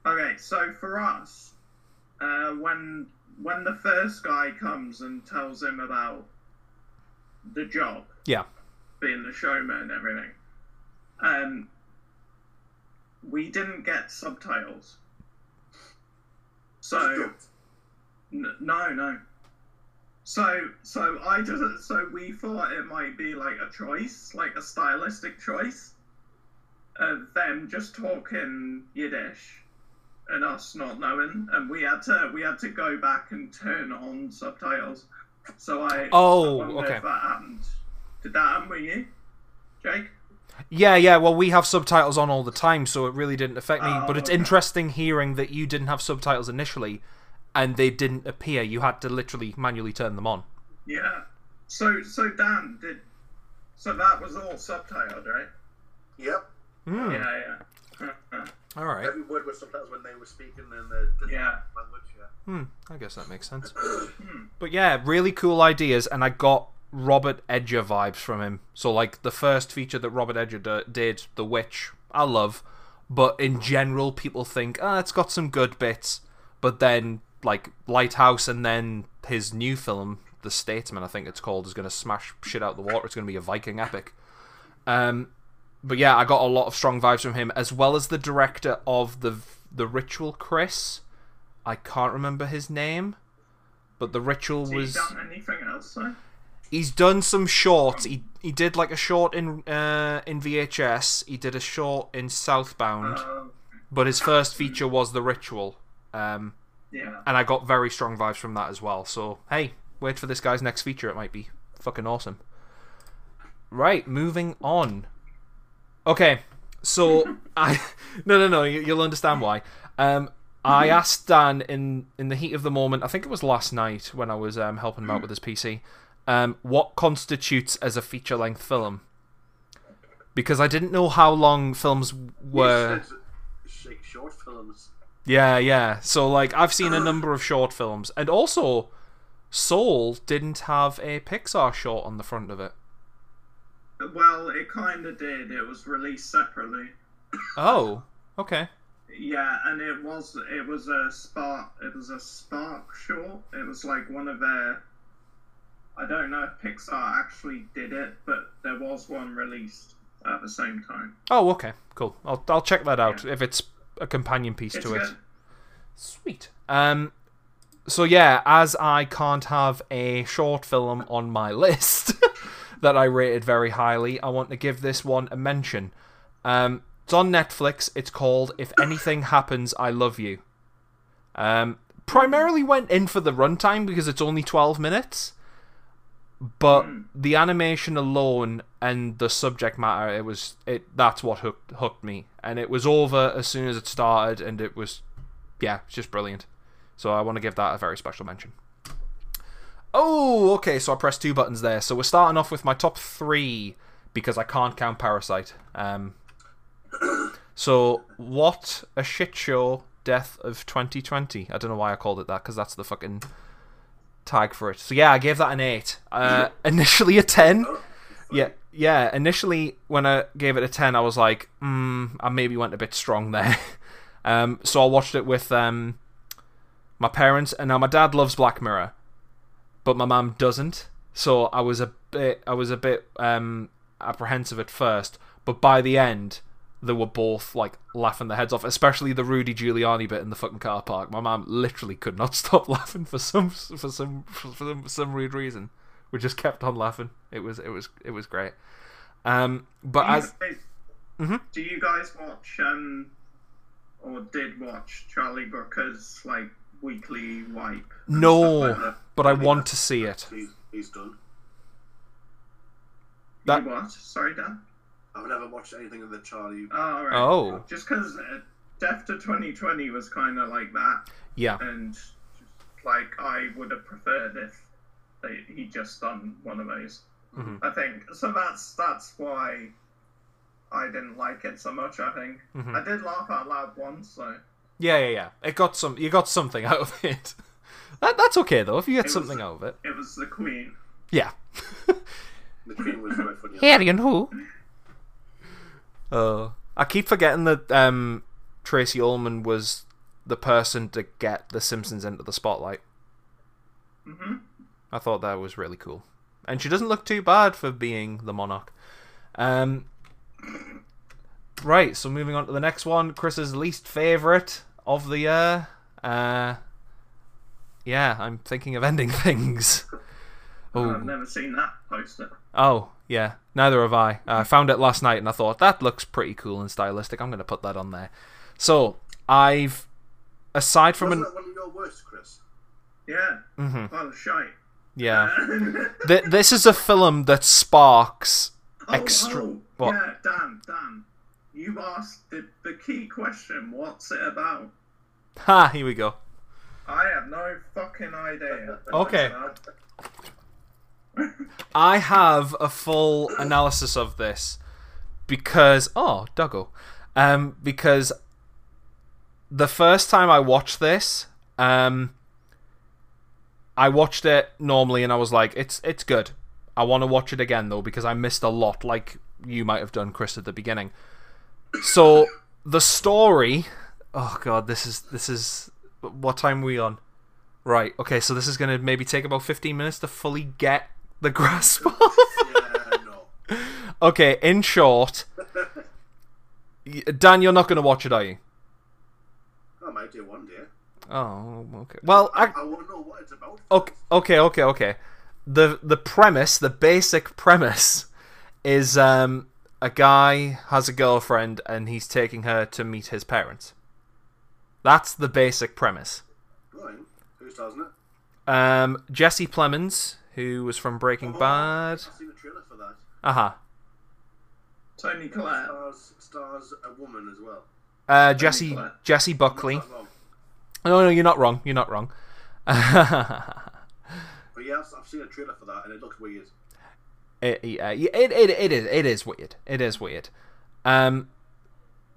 Okay, so for us, uh, when when the first guy comes and tells him about the job,
Yeah.
being the showman and everything, um, we didn't get subtitles. So n- no, no. So so I just so we thought it might be like a choice, like a stylistic choice, of them just talking Yiddish, and us not knowing, and we had to we had to go back and turn on subtitles. So I
Oh,
I wonder
okay.
If that happened. Did that happen with you, Jake?
Yeah, yeah. Well, we have subtitles on all the time, so it really didn't affect me.
Oh,
but it's
okay.
interesting hearing that you didn't have subtitles initially, and they didn't appear. You had to literally manually turn them on.
Yeah. So so Dan did. So that was all subtitled, right?
Yep.
Hmm.
Yeah, yeah.
All right.
Every word was sometimes when they were speaking in the different
Yeah.
language. Yeah.
Hmm. I guess that makes sense. But yeah, really cool ideas, and I got Robert Edger vibes from him. So like the first feature that Robert Edger d- did, The Witch, I love. But in general, people think ah, it's got some good bits. But then like Lighthouse, and then his new film, The Statesman, I think it's called, is going to smash shit out the water. It's going to be a Viking epic. Um, but yeah, I got a lot of strong vibes from him, as well as the director of the the Ritual, Chris. I can't remember his name, but the Ritual
Did
was
you done anything else? Though?
he's done some shorts. He he did like a short in uh, in VHS. He did a short in Southbound,
Um,
but his first feature was The Ritual, um,
yeah.
and I got very strong vibes from that as well. So hey, wait for this guy's next feature. It might be fucking awesome. Right, moving on. Okay, so I no no no. You, you'll understand why. Um, I asked Dan in in the heat of the moment. I think it was last night when I was um, helping him out with his PC. Um, what constitutes as a feature length film? Because I didn't know how long films were.
You said sh- short films.
Yeah, yeah. So like I've seen a number of short films, and also Soul didn't have a Pixar short on the front of it.
Well, it kind of did. It was released separately.
Oh, okay.
Yeah, and it was it was a spark. It was a spark short. It was like one of their. I don't know if Pixar actually did it, but there was one released at the same time.
Oh, okay. Cool. I'll I'll check that out if it's a companion piece
It's
to it.
good.
Sweet. Um so yeah, as I can't have a short film on my list that I rated very highly, I want to give this one a mention. Um it's on Netflix. It's called If Anything Happens, I Love You. Um primarily went in for the runtime because it's only 12 minutes. But the animation alone and the subject matter, it was it that's what hooked, hooked me. And it was over as soon as it started and it was yeah, it's just brilliant. So I want to give that a very special mention. Oh, okay. So I pressed two buttons there. So we're starting off with my top three because I can't count Parasite. Um, so what a shit show death of 2020. I don't know why I called it that because that's the fucking tag for it. So yeah, I gave that an eight. Uh, initially a ten. Yeah, yeah. Initially, when I gave it a ten, I was like, mm, I maybe went a bit strong there. um, so I watched it with um, my parents, and now my dad loves Black Mirror, but my mum doesn't. So I was a bit, I was a bit um, apprehensive at first, but by the end, they were both like laughing their heads off, especially the Rudy Giuliani bit in the fucking car park. My mum literally could not stop laughing for some for some for some, for some weird reason. We just kept on laughing. It was it was it was great. Um, but
Do you
as
guys-
Mhm.
Do you guys watch um, or did watch Charlie Brooker's like weekly wipe? and stuff like
no,
that?
but I want to see it.
He's, he's done.
That-
You what? Sorry, Dan.
I've never watched anything of the Charlie.
Oh, all right.
Oh,
Just because uh, Death to 2020 was kind of like that,
yeah.
and just, like I would have preferred if they, he just done one of those.
Mhm.
I think so. That's that's why I didn't like it so much. I think
Mhm.
I did laugh out loud once, so
Yeah, yeah, yeah. It got some. You got something out of it. That, that's okay though. If you get
was-
something out of it,
it was the Queen.
yeah.
The Queen was quite funny.
and who? Oh, I keep forgetting that um, Tracy Ullman was the person to get The Simpsons into the spotlight.
hmm
I thought that was really cool, and she doesn't look too bad for being the monarch. Um, right. So moving on to the next one, Chris's least favorite of the year. Uh, yeah, I'm thinking of ending things. Mm-hmm.
I've never seen that poster.
Oh, yeah. Neither have I. I found it last night and I thought, that looks pretty cool and stylistic. I'm going to put that on there. So, I've. Aside from
Wasn't
an.
that one of your worst, Chris?
Yeah.
Mhm.
Oh shite.
Yeah.
oh,
Th- this is a film that sparks. Extra-
oh,
what?
Yeah, Dan, Dan. You asked the, the key question, what's it about?
Ha, here we go.
I have no fucking idea.
Okay. I have a full analysis of this because oh, Duggo, um, because the first time I watched this, um, I watched it normally and I was like, it's it's good. I want to watch it again though because I missed a lot, like you might have done, Chris, at the beginning. So the story, oh god, this is this is what time are we on? Right. Okay. So this is gonna maybe take about fifteen minutes to fully get the grasp. of.
Yeah, no.
okay. In short, y- Dan, you're not gonna watch it, are you?
I might do one day.
Oh. Okay. Well,
I,
I,
I won't know what it's about.
okay. Okay. Okay. Okay. The the premise, the basic premise, is um a guy has a girlfriend and he's taking her to meet his parents. That's the basic premise.
Right. Who stars in it?
Um, Jesse Plemons, who was from Breaking
Oh,
Bad.
I've seen the trailer for that.
Uh-huh.
Tony Collette.
Stars, stars a woman as well.
Uh Jesse
Collette.
Jesse Buckley.
Not wrong.
No, no, you're not wrong. You're not wrong.
But yeah, I've, I've seen a trailer for that and it looks weird.
it, yeah, it, it, it is it is weird. It is weird. Um,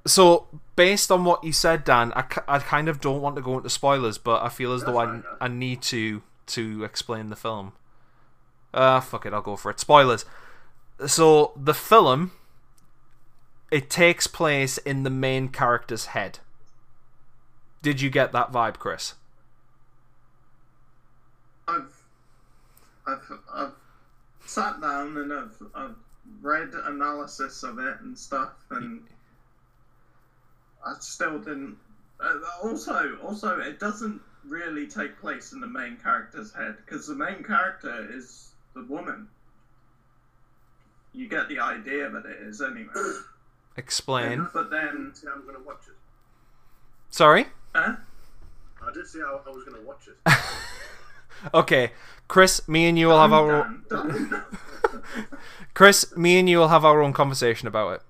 so based on what you said, Dan, I, ki- I kind of don't want to go into spoilers, but I feel as though I,
fine, yeah.
I need to to explain the film. Ah, fuck it, I'll go for it. Spoilers. So the film it takes place in the main character's head. Did you get that vibe, Chris?
I've, I've, I've sat down and I've, I've read analysis of it and stuff, and I still didn't. Uh, also, also, it doesn't really take place in the main character's head because the main character is the woman. You get the idea that it is anyway.
Explain.
But then,
See, I'm going to watch it.
Sorry.
huh?
I did say I, I was going to watch it.
Okay, Chris, me and you will have our
Dun, dun, dun.
Chris, me and you will have our own conversation about it.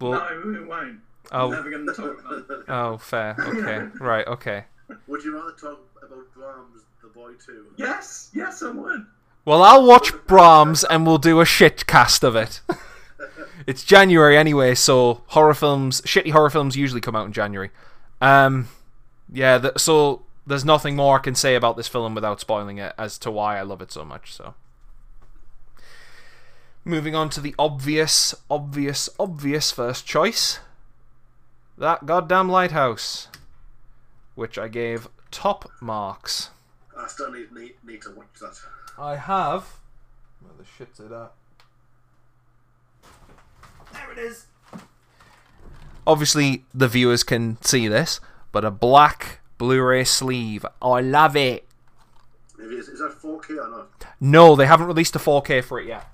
Well,
no, we won't.
Oh.
We're never going to talk about it.
oh, fair. Okay, right. Okay.
Would you rather talk about Brahms, the The Boy Two.
Yes, yes, I would.
Well, I'll watch Brahms and we'll do a shit cast of it. it's January anyway, so horror films, shitty horror films usually come out in January. Um, yeah, th- so there's nothing more I can say about this film without spoiling it as to why I love it so much. So, moving on to the obvious, obvious, obvious first choice that goddamn lighthouse, which I gave top marks.
I still need, need need to watch that.
I have. Where the shit's it at? There it is. Obviously, the viewers can see this, but a black Blu-ray sleeve. I love it.
Maybe is, is that 4K or not?
No, they haven't released a 4K for it yet.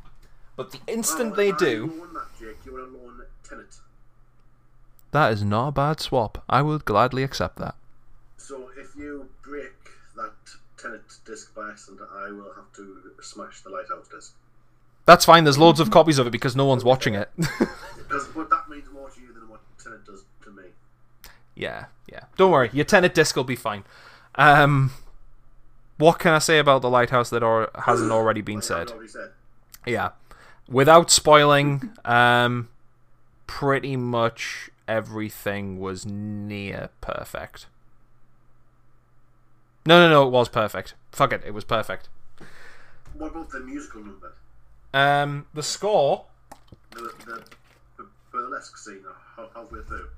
But the instant
Oh,
they
I
do,
Loan that, Jake. You want to loan Tenet.
that is not a bad swap. I would gladly accept that.
So if you break that Tenet disc by accident, I will have to smash the lighthouse disc.
That's fine. There's loads of copies of it because no one's watching it.
Because but that means more to you than what Tenet does to me.
yeah, yeah. Don't worry. Your tenant disc will be fine. Um, what can I say about the lighthouse that or hasn't already been
Like I've
said?
already said.
yeah without spoiling um pretty much everything was near perfect no no no it was perfect fuck it it was perfect
What about the musical number?
um the score
The, the, the burlesque scene how- halfway through.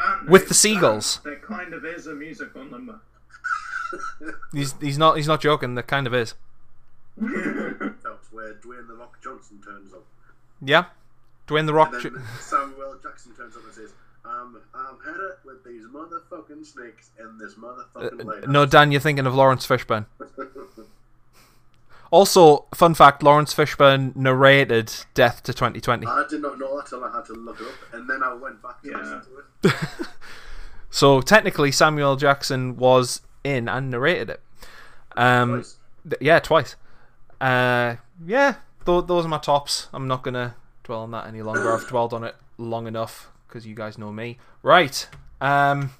And
With
it-
the seagulls.
There kind of is a musical number.
he's he's not he's not joking there kind of is
That's where Dwayne the Rock Johnson turns up.
yeah Dwayne the Rock
And
Jo-
then Samuel Jackson turns up and says, I'm, I'm headed with these motherfucking snakes in this motherfucking lighthouse.
Uh, no Dan you're thinking of Lawrence Fishburne also fun fact Lawrence Fishburne narrated Death to 2020
I did not know that till I had to look it up, and then I went back to
Yeah.
listen to it.
so technically Samuel Jackson was in and narrated it um
Twice.
Th- Yeah, twice. Uh, yeah, th- those are my tops. I'm not gonna dwell on that any longer. I've dwelled on it long enough because you guys know me. Right. Um,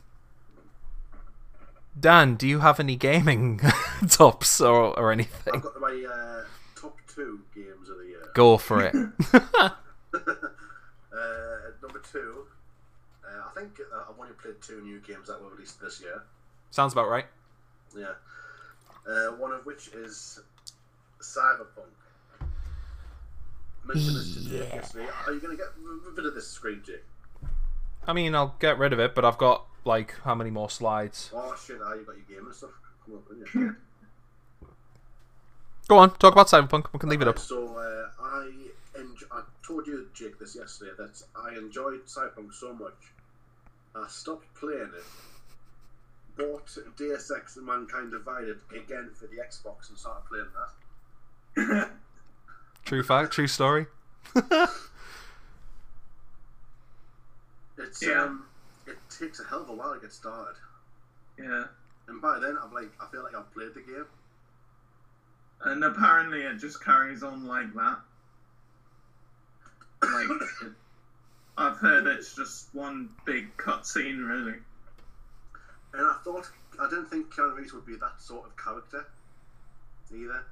Dan, do you have any gaming tops or or
I've
anything?
got my uh, top two games of the year.
Go for it.
Uh, number two, uh, I think uh, I've only played two new games that were released this year.
Sounds about right.
Yeah. Uh, one of which is Cyberpunk. Mentioned this to Jake yesterday. Are you going to get r- rid of this screen, Jake?
I mean, I'll get rid of it, but I've got like how many more slides?
Oh shit, I you got your game and stuff. Come up, haven't you?
Go on, talk about Cyberpunk. We can leave it up.
So uh, I enj- I told you Jake this yesterday that I enjoyed Cyberpunk so much, I stopped playing it, bought Deus Ex and Mankind Divided again for the Xbox and started playing that.
True fact, true story.
It's
Yeah.
um, it takes a hell of a while to get started,
Yeah.
and by then I've like I feel like I've played the game.
And apparently it just carries on like that. Like, it, I've heard it's just one big cutscene, really.
And I thought, I didn't think Keanu Reeves would be that sort of character either.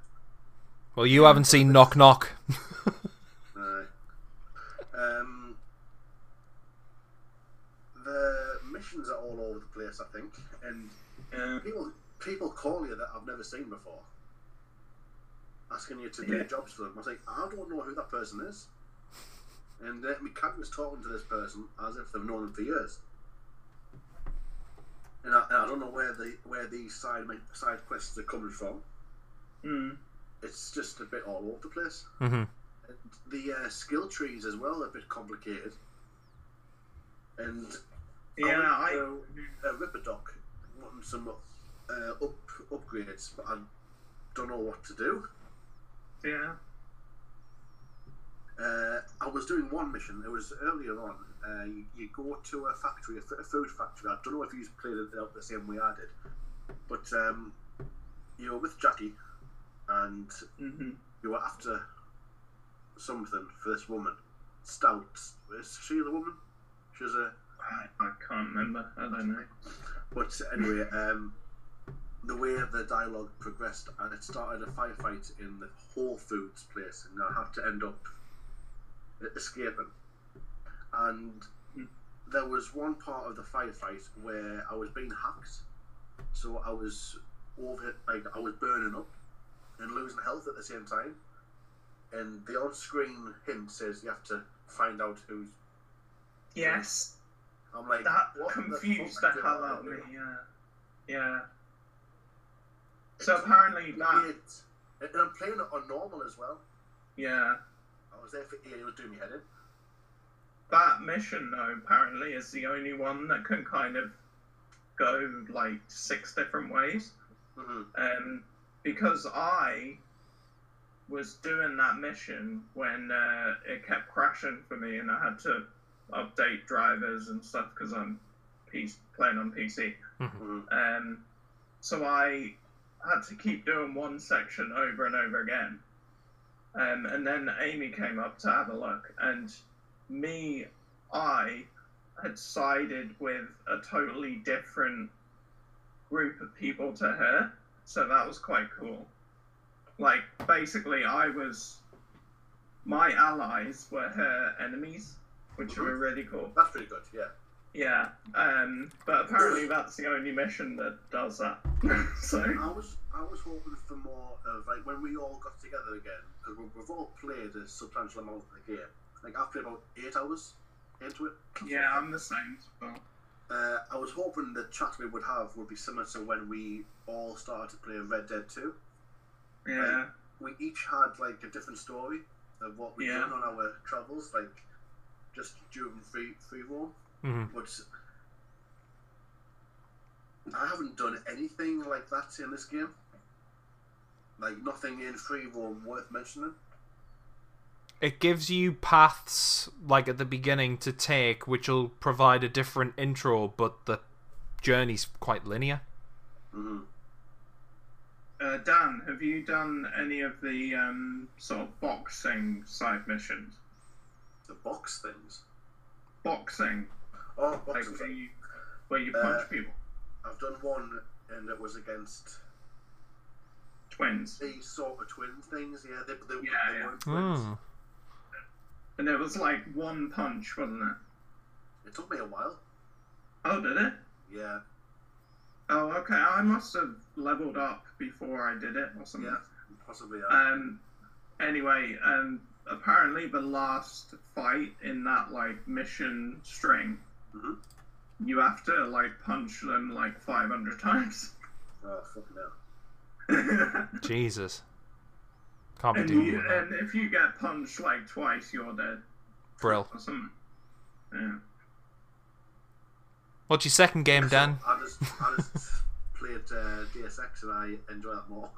Well, you haven't seen Knock Knock.
No. Um, the missions are all over the place, I think, and
Yeah.
people people call you that I've never seen before, asking you to do
Yeah.
jobs for them. I was like, I don't know who that person is, and uh, my cat was talking to this person as if they've known him for years. And I, and I don't know where the where these side side quests are coming from.
Mm.
It's just a bit all over the place
hmm
the uh, skill trees as well are a bit complicated. And
Yeah,
I
I.
went to, uh, Ripperdoc wanting some uh, up upgrades, but I don't know what to do.
Yeah.
Uh, I was doing one mission. It was earlier on. Uh, you, you go to a factory, a, f- a food factory. I don't know if you played it out the same way I did, but um, you were with Jackie, and
hmm
you were after something for this woman. Stout. Is she the woman? She's a
I, I can't remember. I don't know.
But anyway, um, the way the dialogue progressed, and it started a firefight in the Whole Foods place, and I had to end up escaping. And there was one part of the firefight where I was being hacked, so I was over like I was burning up and losing health at the same time. And the on-screen hint says you have to find out who's.
Yes,
I'm like
that
what the
confused the
fuck did I
hell out of me.
do?
Yeah, yeah. So apparently that,
It's- And I'm playing it on normal as well.
yeah,
I was there for eight. It was doing me head in.
that mission though apparently is the only one that can kind of go like six different ways.
Mm-hmm.
um, because I was doing that mission when uh, it kept crashing for me, and I had to update drivers and stuff because I'm P- playing on PC.
Mhm.
Um, so I had to keep doing one section over and over again. Um, and then Amy came up to have a look, and me, I had sided with a totally different group of people to her. So that was quite cool. Like, basically, I was. My allies were her enemies, which were really cool.
That's pretty good. Yeah.
Yeah, um, but apparently that's the only mission that does that. so
I was I was hoping for more of like when we all got together again because we've, we've all played a substantial amount of the game. Like I've played about eight hours into it.
yeah, I'm the same. as well.
Uh, I was hoping the chat we would have would be similar to when we all started to play Red Dead Two.
Yeah,
we each had like a different story of what we've
Yeah.
done on our travels, like just during free free roam.
Mhm.
But I haven't done anything like that in this game. Like nothing in free roam worth mentioning.
It gives you paths like at the beginning to take, which will provide a different intro, but the journey's quite linear.
Mm-hmm.
uh, Dan, have you done any of the um, sort of boxing side missions?
The box things.
Boxing,
Oh,
like
boxing.
where
thing.
you, where you punch
Uh,
people,
I've done one, and it was against
twins,
these sort of twin things. Yeah, they, they,
Yeah,
they
yeah.
weren't twins.
Hmm.
and it was like one punch, wasn't it?
It took me a while.
Oh, did it?
Yeah,
Oh, okay. I must have leveled up before I did it or something.
yeah, possibly. uh, Yeah.
Um, anyway, um, apparently the last fight in that like mission string,
Mhm.
you have to like punch them like five hundred times.
oh fucking hell.
and,
Jesus. Can't be doing
you,
that.
and if you get punched like twice, you're dead
Brill.
or something. Yeah.
What's your second game, Dan?
I just, I just played uh, DSX and I enjoy that more.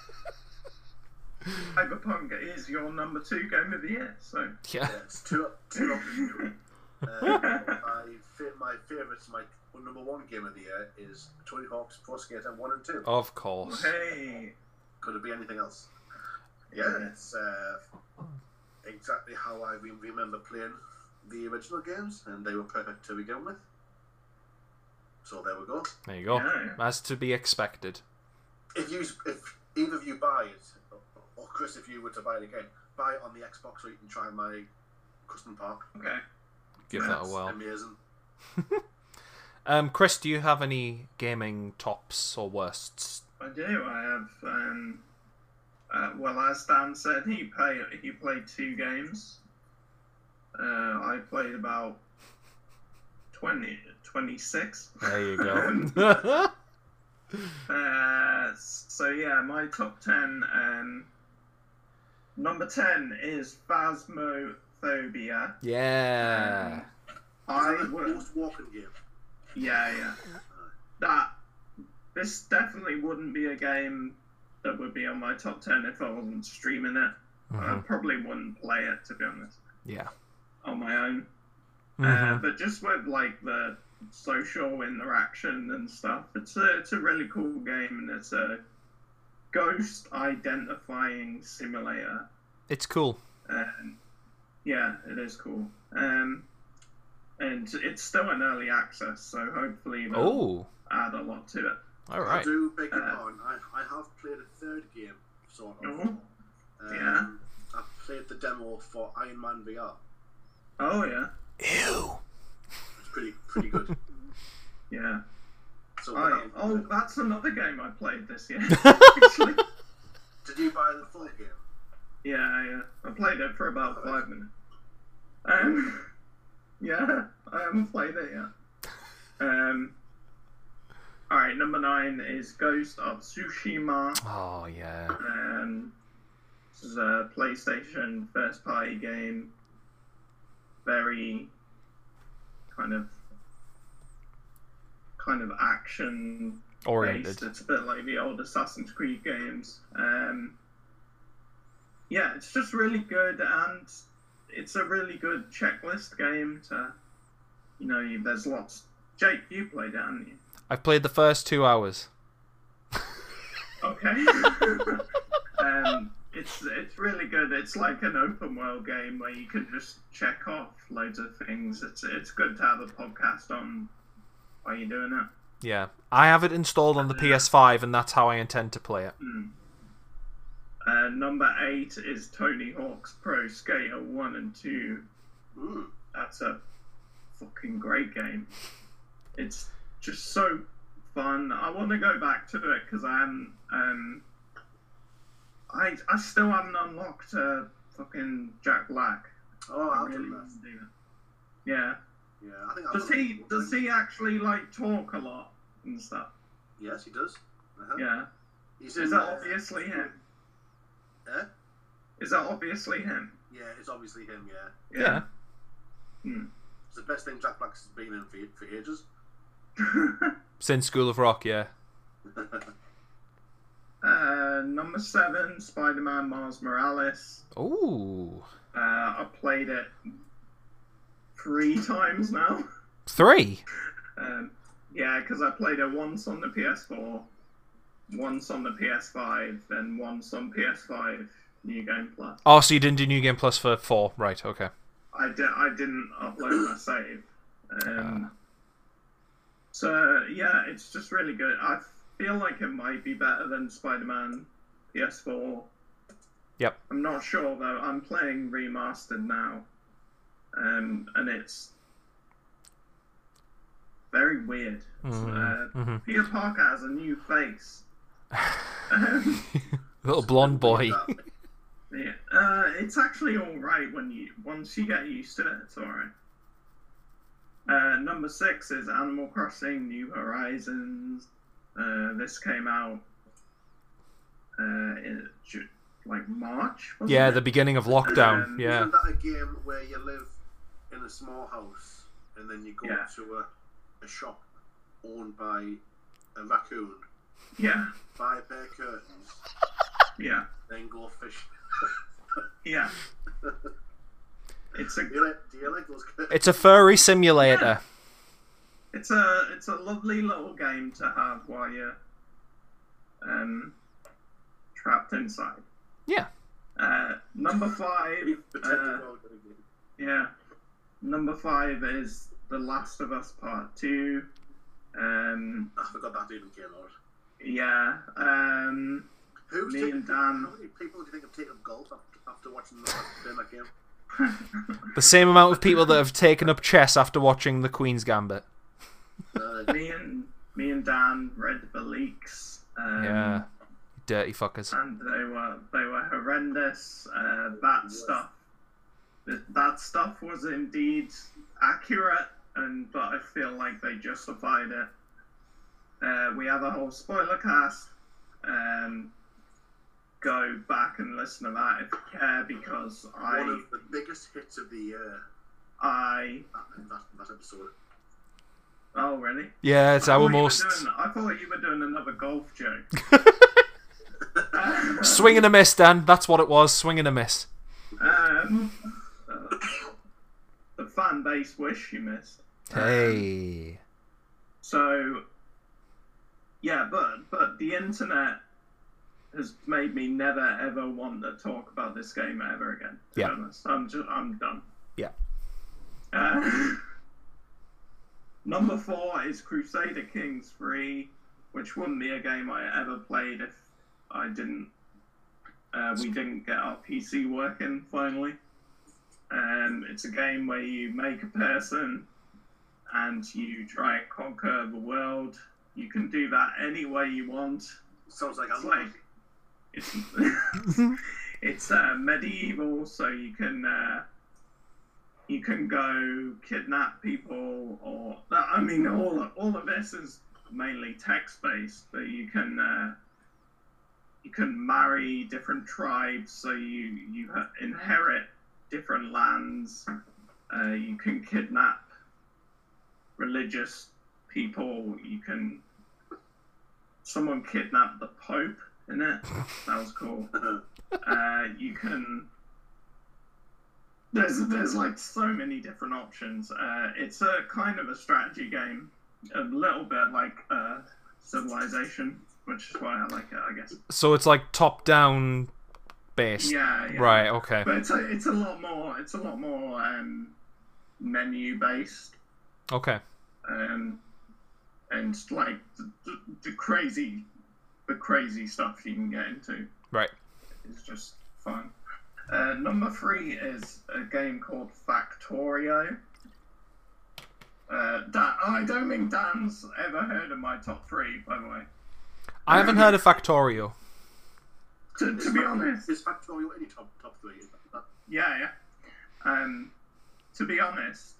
Cyberpunk is your number two game of the year, so
Yeah.
yeah, it's two, two options. Uh, my, fa- my favourite, my number one game of the year is Tony Hawk's Pro Skater 1 and 2.
Of course.
hey,
Could it be anything else? Yeah, it's uh, exactly how I re- remember playing the original games, and they were perfect to begin with. So there we go.
There you go.
Yeah.
As to be expected.
If you, if either of you buy it, or Chris, if you were to buy it again, buy it on the Xbox so you can try my custom park.
okay.
Give that a
Yes.
whirl.
Amazing.
Um, Chris, do you have any gaming tops or worsts?
I do. I have. Um, uh, well, as Dan said, he play, he played two games. Uh, I played about 20, 26.
There you go.
Uh, so yeah, my top ten. Um, number ten is Phasmophobia.
yeah.
Um,
I
I
the
would.
most walking game.
Yeah, yeah. That this definitely wouldn't be a game that would be on my top ten if I wasn't streaming it. I
Mhm.
probably wouldn't play it to be honest
Yeah.
on my own. Uh,
Mhm.
but just with like the social interaction and stuff, it's a it's a really cool game and it's a ghost identifying simulator.
It's cool.
Um, yeah, it is cool. Um, and it's still in early access, so hopefully they'll
Oh.
add a lot to it.
All right.
I do beg your
Uh,
pardon. I, I have played a third game, sort of.
Oh, yeah.
I played the demo for Iron Man VR.
oh yeah,
Ew.
It's pretty pretty good.
yeah.
so
I,
um,
oh, that's another game I played this year. actually.
did you buy the full game?
Yeah, yeah. I played it for about five minutes. Um, yeah, I haven't played it yet. Um, all right, number nine is Ghost of Tsushima.
Oh yeah.
Um, this is a PlayStation first party game. Very kind of kind of action
Oriented.
based. It's a bit like the old Assassin's Creed games. Um, yeah, it's just really good, and it's a really good checklist game. To you know, you, there's lots. Jake, you played it, haven't you?
I've played the first two hours.
Okay. um, it's it's really good. It's like an open world game where you can just check off loads of things. It's it's good to have a podcast on while you're doing it.
Yeah, I have it installed on the PS5, and that's how I intend to play it.
Uh, number eight is Tony Hawk's Pro Skater 1 and 2.
Mm.
That's a fucking great game. It's just so fun. I want to go back to it because I am. Um, I, I still haven't unlocked uh, fucking Jack Black.
Oh,
I
I'll
really
do
want
that.
to do that. Yeah.
Yeah, I think I'll
Does
do that.
he does he actually like talk a lot and stuff?
Yes, he does. Uh-huh.
Yeah.
He's
Is
in,
that
uh,
obviously him?
Eh?
Is that obviously him?
Yeah, it's obviously him. Yeah,
Yeah.
it's the best thing Jack Black's been in for, for ages.
yeah.
Since School of Rock, yeah.
Uh, number seven, Spider Man Miles Morales.
Ooh,
Uh, I played it three times now.
three.
Um, yeah, because I played it once on the PS4, once on the PS5, and once on PS5 New Game Plus.
Oh, so you didn't do New Game Plus for four, right? Okay.
I, di- I didn't upload my save. Um, So, yeah, it's just really good. I feel like it might be better than Spider Man PS4.
Yep.
I'm not sure though. I'm playing remastered now, um, and it's very weird.
Mhm,
Uh,
mhm.
Peter Parker has a new face. um,
Little blonde boy.
yeah, uh, it's actually all right when you once you get used to it. It's all right. Uh, number six is Animal Crossing: New Horizons. Uh, this came out uh, in, Ju- like March. wasn't
Yeah,
it?
the beginning of lockdown.
Um,
Yeah.
Isn't that a game where you live in a small house and then you go
Yeah.
to a, a shop owned by a raccoon,
yeah,
buy a pair of curtains,
yeah.
then go fishing?
Yeah. It's a
Do you like, do you like those curtains?
It's a furry simulator.
it's a it's a lovely little game to have while you're um trapped inside.
Yeah.
Uh, number five.
Pretend
Uh,
you're all good again.
yeah. Number five is The Last of Us Part Two. Um,
I forgot that didn't care, Lord.
yeah. Um,
Who's
Me
taken-
and Dan.
How many people do you think have taken up golf after, after watching that, playing that game?
The same amount of people that have taken up chess after watching The Queen's Gambit.
Uh,
me and me and Dan read the leaks. Um,
Yeah. Mm. Dirty fuckers.
and they were they were horrendous. Uh, that stuff, th- that stuff was indeed accurate, and but I feel like they justified it. Uh, we have a whole spoiler cast. Um, go back and listen to that if you care, because
one
I
of the biggest hits of the year,
I
that, that, that episode.
oh really?
Yeah, it's our
I thought you were
most.
doing- I thought you were doing another golf joke.
Swing and a miss, Dan. That's what it was. Swing and a miss.
Um, uh, the fan base wish you missed.
Hey.
So, yeah, but but the internet has made me never ever want to talk about this game ever again. To
Yeah.
be honest, I'm just I'm done.
Yeah.
Uh, number four is Crusader Kings three, which wouldn't be a game I ever played if I didn't. Uh, we didn't get our PC working finally. Um, it's a game where you make a person and you try and conquer the world. You can do that any way you want.
Sounds like
It's
I
like
like
it's it's uh, medieval, so you can uh, you can go kidnap people, or I mean, all of, all of this is mainly text based, but you can uh, you can marry different tribes, so you you ha- inherit different lands. Uh, you can kidnap religious people. You can someone kidnapped the Pope in it. That was cool. Uh, you can. There's there's like so many different options. Uh, it's a kind of a strategy game, a little bit like uh, Civilization, which is why I like it, I guess.
So it's like top down based.
Yeah, yeah.
Right, okay.
But it's a, it's a lot more it's a lot more um, menu based
Okay.
um, and like the, the, the crazy the crazy stuff you can get into
Right.
is just fun. Uh, number three is a game called Factorio. Uh, Dan, I don't think Dan's ever heard of my top three, by the way.
I haven't heard of Factorio.
To, to be honest,
Is Factorial any top top three? Is that- that-
yeah, yeah. Um, to be honest,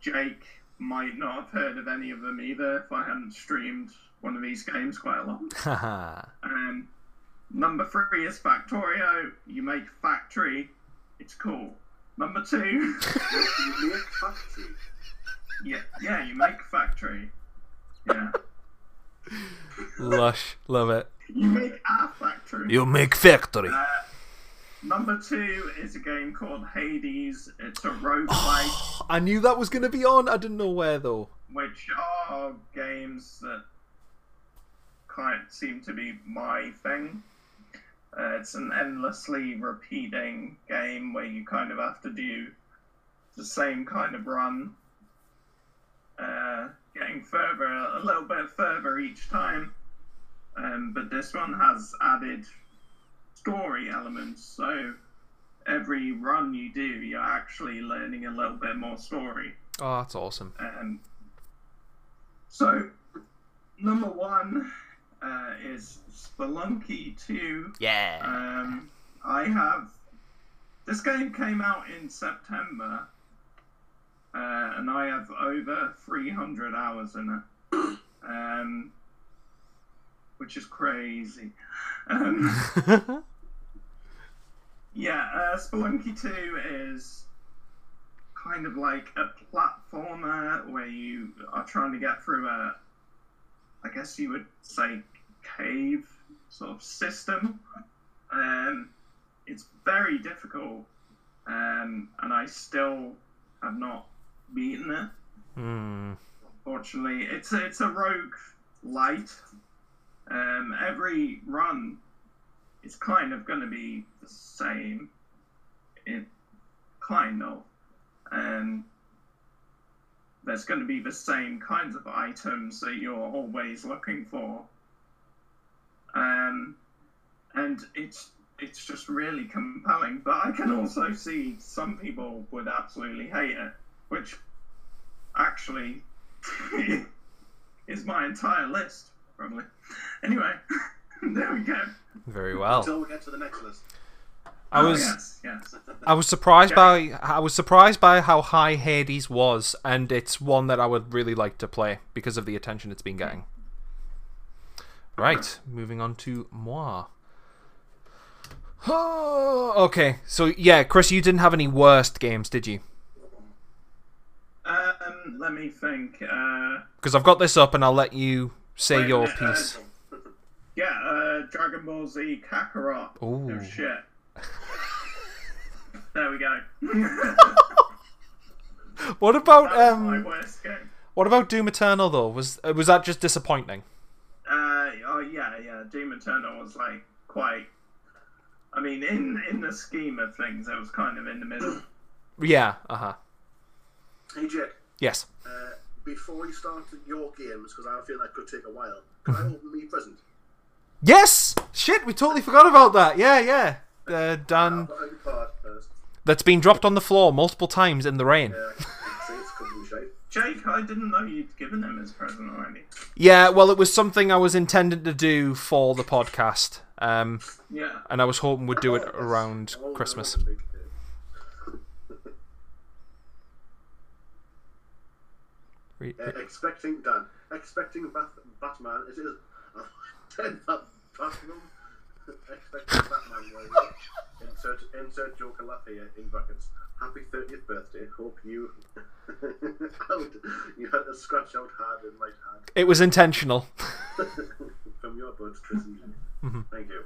Jake might not have heard of any of them either if I hadn't streamed one of these games quite a lot.
Haha.
Um, number three is Factorio. You make factory. It's cool. Number two,
you make Factory.
yeah, yeah, you make factory. Yeah,
Lush. Love it.
you make our factory.
make Factory.
Uh, number two is a game called Hades. It's a roguelike,
I knew that was going to be on. I didn't know where, though.
which are games that kind of seem to be my thing. Uh, it's an endlessly repeating game where you kind of have to do the same kind of run, uh, getting further, a little bit further each time. Um, but this one has added story elements, so every run you do, you're actually learning a little bit more story.
Oh, that's awesome.
Um, so, number one uh, is Spelunky 2.
Yeah.
Um, I have. This game came out in September, uh, and I have over 300 hours in it, um, which is crazy. Um, yeah, uh, Spelunky 2 is kind of like a platformer where you are trying to get through a, I guess you would say, cave sort of system. Um, it's very difficult, um, and I still have not beaten it.
Hmm.
Fortunately, it's a, it's a rogue light. Um, every run is kind of going to be the same. It kind of. Um, there's going to be the same kinds of items that you're always looking for. Um, and it's it's just really compelling. But I can also see some people would absolutely hate it, which actually is my entire list, probably. Anyway, there we go.
Very well.
Until we get to the next list.
I
Oh,
was
yes, yes.
I was surprised by I was surprised by how high Hades was, and it's one that I would really like to play because of the attention it's been getting. Right, moving on to moi. Oh, okay, so yeah, Chris, you didn't have any worst games, did you?
Um, let me think. Uh,
Because I've got this up, and I'll let you say
Wait a
your
minute, uh,
piece.
yeah, uh, Dragon Ball Z Kakarot.
Ooh.
Oh shit. there we go.
What about
That's my
um?
worst game.
What about Doom Eternal though? Was uh, was that just disappointing?
Uh, oh yeah, yeah. Doom Eternal was like quite. I mean, in in the scheme of things, it was kind of in the middle.
Yeah. Uh huh.
Hey Jake,
uh-huh. Yes.
uh, before we start your games because I feel that could take a while. Can I open me present?
Yes! Shit, we totally forgot about that. Yeah, yeah. Uh, Dan,
I'll open card first.
that's been dropped on the floor multiple times in the rain.
Yeah, see, it's completely shite.
Jake, I didn't know you'd given him his present already.
Yeah, well, it was something I was intended to do for the podcast, um,
Yeah.
and I was hoping we'd do it around
Oh, no,
Christmas.
that's a big thing.
Re-
Uh, expecting Dan. Expecting Bat- Batman. It is. Ten that Batman. expecting Batman. where we- insert insert Joker laugh here in brackets. Happy thirtieth birthday. Hope you out. You had a scratch out hard in right hand
It was intentional.
from your bud, Chris. Egan. Thank you.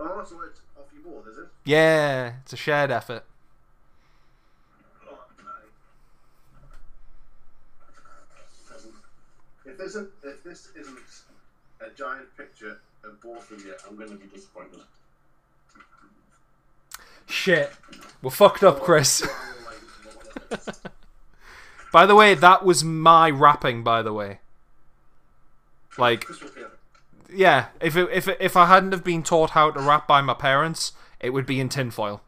Oh, so it's off you both, is it?
yeah, it's a shared effort.
Oh, If this isn't, if this isn't a giant picture of both of you, I'm going to be disappointed.
Shit. We're fucked up, Chris. by the way, that was my rapping, by the way. Like, yeah, if, it, if, it, if I hadn't have been taught how to rap by my parents, it would be in tinfoil.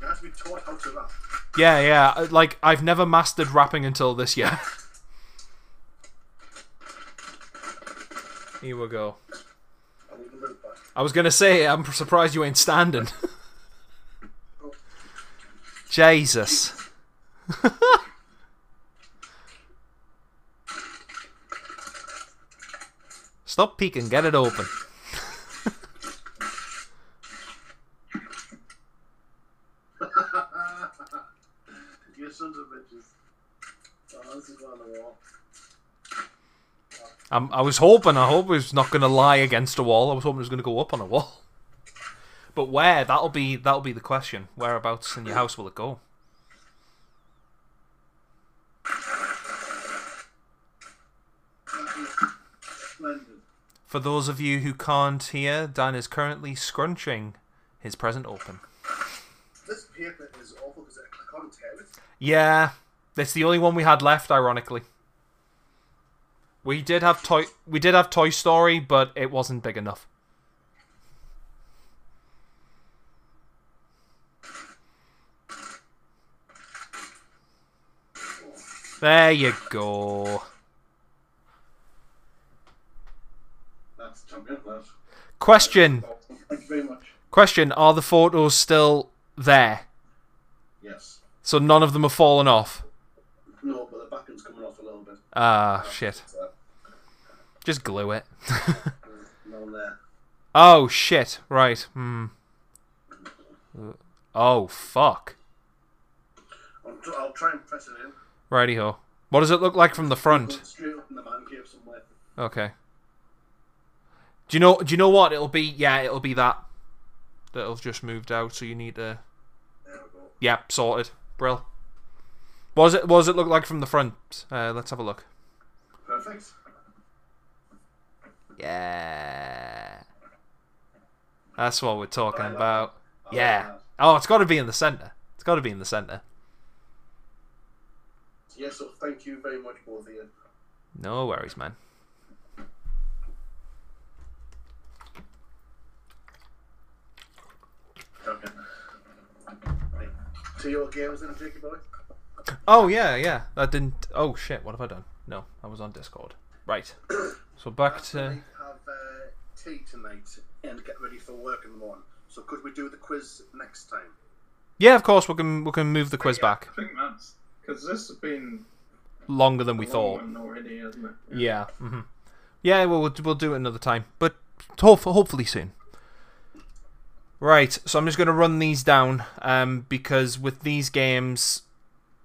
You have to be taught how to laugh.
Yeah, yeah. uh, Like I've never mastered rapping until this year. Here we go.
I need to move back.
I was gonna say I'm surprised you ain't standing. Jesus. Stop peeking. Get it open.
You sons of bitches. Oh, this is on the wall.
I'm, I was hoping. I hope it was not gonna lie against a wall. I was hoping it was gonna go up on a wall. But where? That'll be that'll be the question. Whereabouts in your house will it go?
That is splendid.
For those of you who can't hear, Dan is currently scrunching his present open.
This paper is awful because I can't tear it.
Yeah, that's the only one we had left. Ironically, we did have toy we did have Toy Story, but it wasn't big enough. There you go.
That's champion, that.
Question.
Thank you very much.
Question. Are the photos still there?
Yes.
So none of them have fallen off.
No, but the back end's coming off a little bit. uh,
Ah, shit.
So,
Just glue it.
down there.
oh shit! Right. Hmm. Oh fuck.
I'll, tr- I'll try and press it in.
Righty ho. What does it look like from the front?
Put it straight up in the man cave somewhere.
Okay. Do you know? Do you know what it'll be? Yeah, it'll be that. That'll just moved out. So you need to.
There we go.
Yep, sorted. Brill. What does it? What does it look like from the front? Uh, let's have a look.
Perfect.
Yeah. That's what we're talking
I like
about.
I like
Yeah.
that.
Oh, it's got to be in the center. It's got to be in the center.
Yes, so thank you very much, both of you.
No worries, man.
Okay. Right. To your games then, Jakey boy.
Oh yeah, yeah. That didn't. Oh shit. What have I done? No, I was on Discord. Right. So back
We
to.
have uh, tea tonight and get ready for work in the morning. So could we do the quiz next time?
Yeah, of course we can we can move the quiz back
I think that's because this has been
longer than we
a
thought.
long one already, isn't it?
Yeah. hmm Yeah. Well, we'll we'll do it another time, but hope, hopefully soon. Right. So I'm just going to run these down, um, because with these games,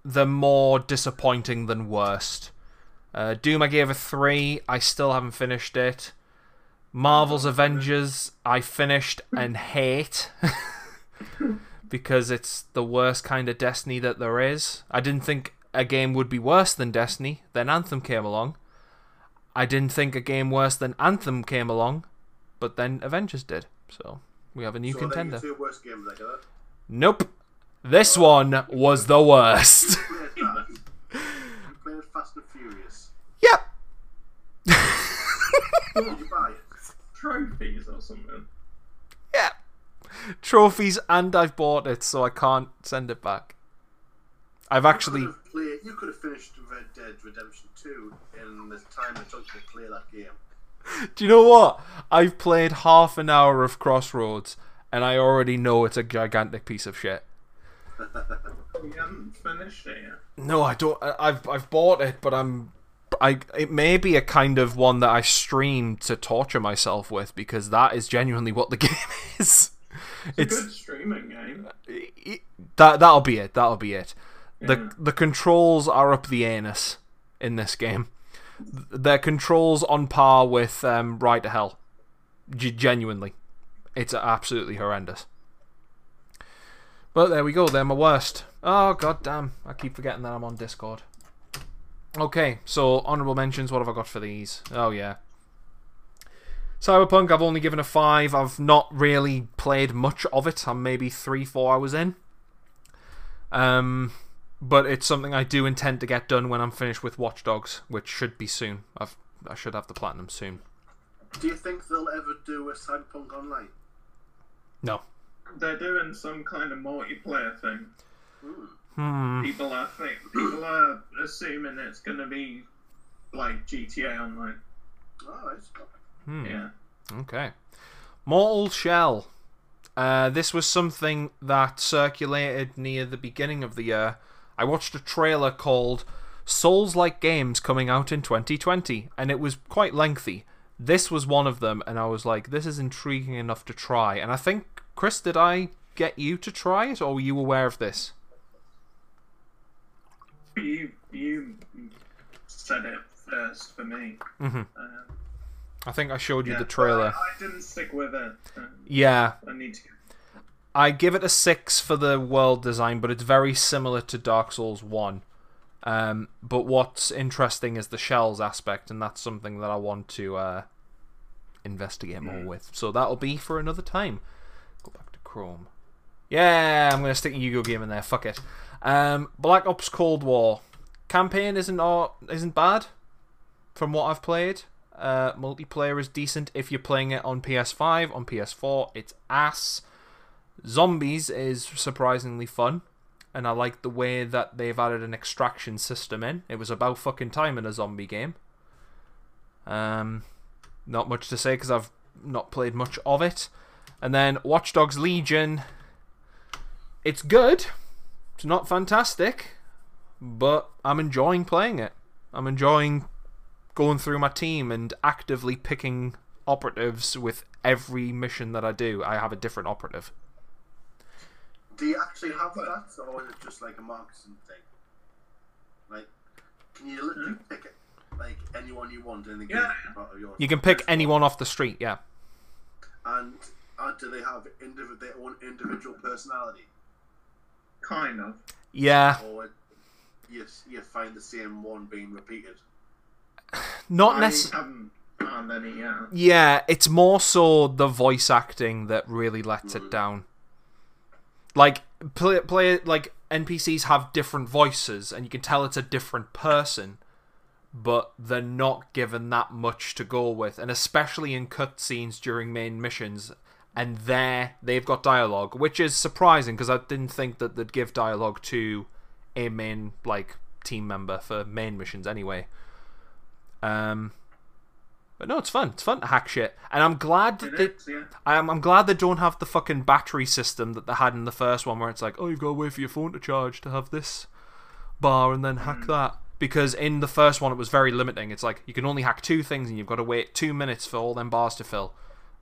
they're more disappointing than worst. Uh, Doom, I gave a three. I still haven't finished it. Marvel's
Oh,
Avengers, I finished and hate. because it's the worst kind of Destiny that there is. I didn't think a game would be worse than Destiny. Then Anthem came along. I didn't think a game worse than Anthem came along, but then Avengers did. So we have a new
so
contender.
Then your two Oh. worst games together.
Nope. This one was the worst.
Played that. you played Fast and Did you buy it?
trophies or something.
Yeah. Trophies, and I've bought it, so I can't send it back. I've actually.
You could have played, you could have finished Red Dead Redemption 2 in the time it took you to play that game.
Do you know what? I've played half an hour of Crossroads, and I already know it's a gigantic piece of shit.
We haven't finished it yet.
No, I don't. I- I've I've bought it, but I'm. I it may be a kind of one that I stream to torture myself with because that is genuinely what the game is. It's
Good streaming game.
it- that that'll be it. That'll be it.
Yeah.
The the controls are up the anus in this game. Th- Their controls on par with um, Ride to Hell. G- genuinely, it's absolutely horrendous. But there we go. They're my worst. Oh god damn! I keep forgetting that I'm on Discord. Okay, so honorable mentions. What have I got for these? Oh yeah. Cyberpunk, I've only given a five. I've not really played much of it. I'm maybe three, four hours in. Um, but it's something I do intend to get done when I'm finished with Watch Dogs, which should be soon. I've I should have the platinum soon.
Do you think they'll ever do a Cyberpunk Online?
No.
They're doing some kind of multiplayer thing.
Hmm.
People are think people are assuming it's going to be like GTA Online.
Alright.
Hmm.
Yeah.
Okay. Mortal Shell. Uh, this was something that circulated near the beginning of the year. I watched a trailer called Souls Like Games coming out in 2020, and it was quite lengthy. This was one of them, and I was like, this is intriguing enough to try. And I think, Chris, did I get you to try it, or were you aware of this?
You you said it first for me.
Mhm.
Uh,
I think I showed you
yeah.
the trailer.
I, I didn't stick with it. Um,
Yeah,
I need to.
I give it a six for the world design, but it's very similar to Dark Souls One. Um, but what's interesting is the shells aspect, and that's something that I want to uh, investigate more with. So that'll be for another time. Go back to Chrome. Yeah, I'm gonna stick a Yu-Gi-Oh game in there. Fuck it. Um, Black Ops Cold War campaign isn't or isn't bad from what I've played. Uh, multiplayer is decent if you're playing it on PS5. On PS4, it's ass. Zombies is surprisingly fun, and I like the way that they've added an extraction system in. It was about fucking time in a zombie game. Um, not much to say because I've not played much of it. And then Watch Dogs Legion. It's good. It's not fantastic, but I'm enjoying playing it. I'm enjoying going through my team and actively picking operatives with every mission that I do. I have a different operative.
Do you actually have that, or is it just like a marketing thing? Like, can you
Hmm?
literally pick like anyone you want in the game?
Yeah.
Part of yours?
You can pick anyone off the street, yeah.
And uh, do they have indiv- their own individual personality,
Kind of.
Yeah.
or you s- you find the same one being repeated?
Not
I
necessarily.
haven't found any uh, yet.
Yeah, it's more so the voice acting that really lets it down. Like play, play like NPCs have different voices and you can tell it's a different person, but they're not given that much to go with, and especially in cutscenes during main missions. And there they've got dialogue, which is surprising because I didn't think that they'd give dialogue to a main like team member for main missions anyway. Um, but no, it's fun. It's fun to hack shit, and I'm glad that
It
they,
is, yeah.
I'm, I'm glad they don't have the fucking battery system that they had in the first one, where it's like, oh, you've got to wait for your phone to charge to have this bar and then hack that. Because in the first one, it was very limiting. It's like you can only hack two things, and you've got to wait two minutes for all them bars to fill.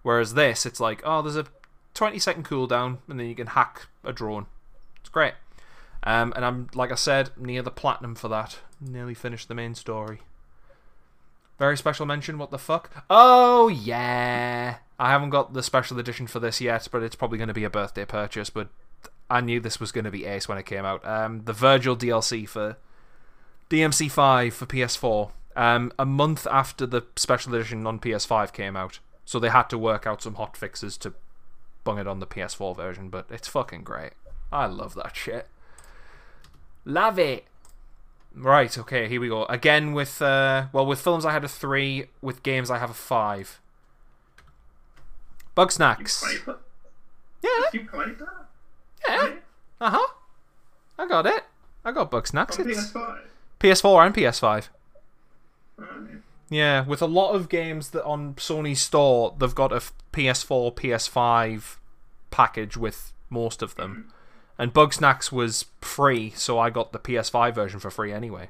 Whereas this, it's like, oh, there's a 20 second cooldown, and then you can hack a drone. It's great. Um, and I'm, like I said, near the platinum for that. Nearly finished the main story. Very special mention, what the fuck? Oh, yeah. I haven't got the special edition for this yet, but it's probably going to be a birthday purchase. But I knew this was going to be ace when it came out. Um, the Virgil DLC for DMC5 for PS4. Um, a month after the special edition on PS5 came out. So they had to work out some hot fixes to bung it on the PS4 version, but it's fucking great. I love that shit. Love it. Right, okay, here we go. Again with uh well with films I had a three, with games I have a five. Bug
You
snacks.
played that?
Yeah,
You played that?
yeah. Uh huh. I got it. I got bug snacks.
On
It's
PS5.
PS4 and PS5.
Alright.
Yeah, with a lot of games that on Sony's store they've got a f- PS4, PS5 package with most of them.
Mm.
And Bug Snacks was free, so I got the PS5 version for free anyway.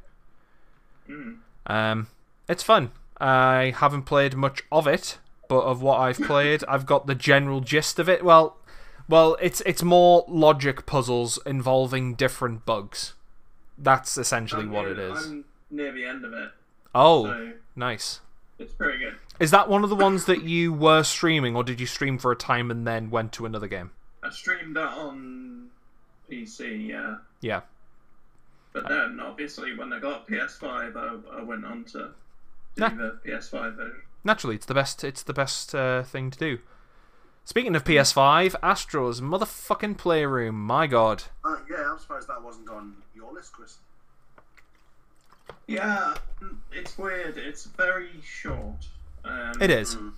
Mm.
Um, it's fun. I haven't played much of it, but of what I've played, I've got the general gist of it. Well, well, it's it's more logic puzzles involving different bugs. That's essentially
I'm
what
near-
it is.
I'm near the end of it,
oh,
so
nice.
it's pretty good.
Is that one of the ones that you were streaming, or did you stream for a time and then went to another game?
I streamed that on PC, yeah.
Yeah.
But then, obviously, when I got PS5, I, I went on to do
Nah.
the PS5 version.
Naturally, it's the best. It's the best uh, thing to do. Speaking of PS5, Astro's motherfucking playroom. My god.
Uh, yeah, I'm surprised that wasn't on your list, Chris.
Yeah, mm, it's weird. It's very short. Um,
It is.
Mm.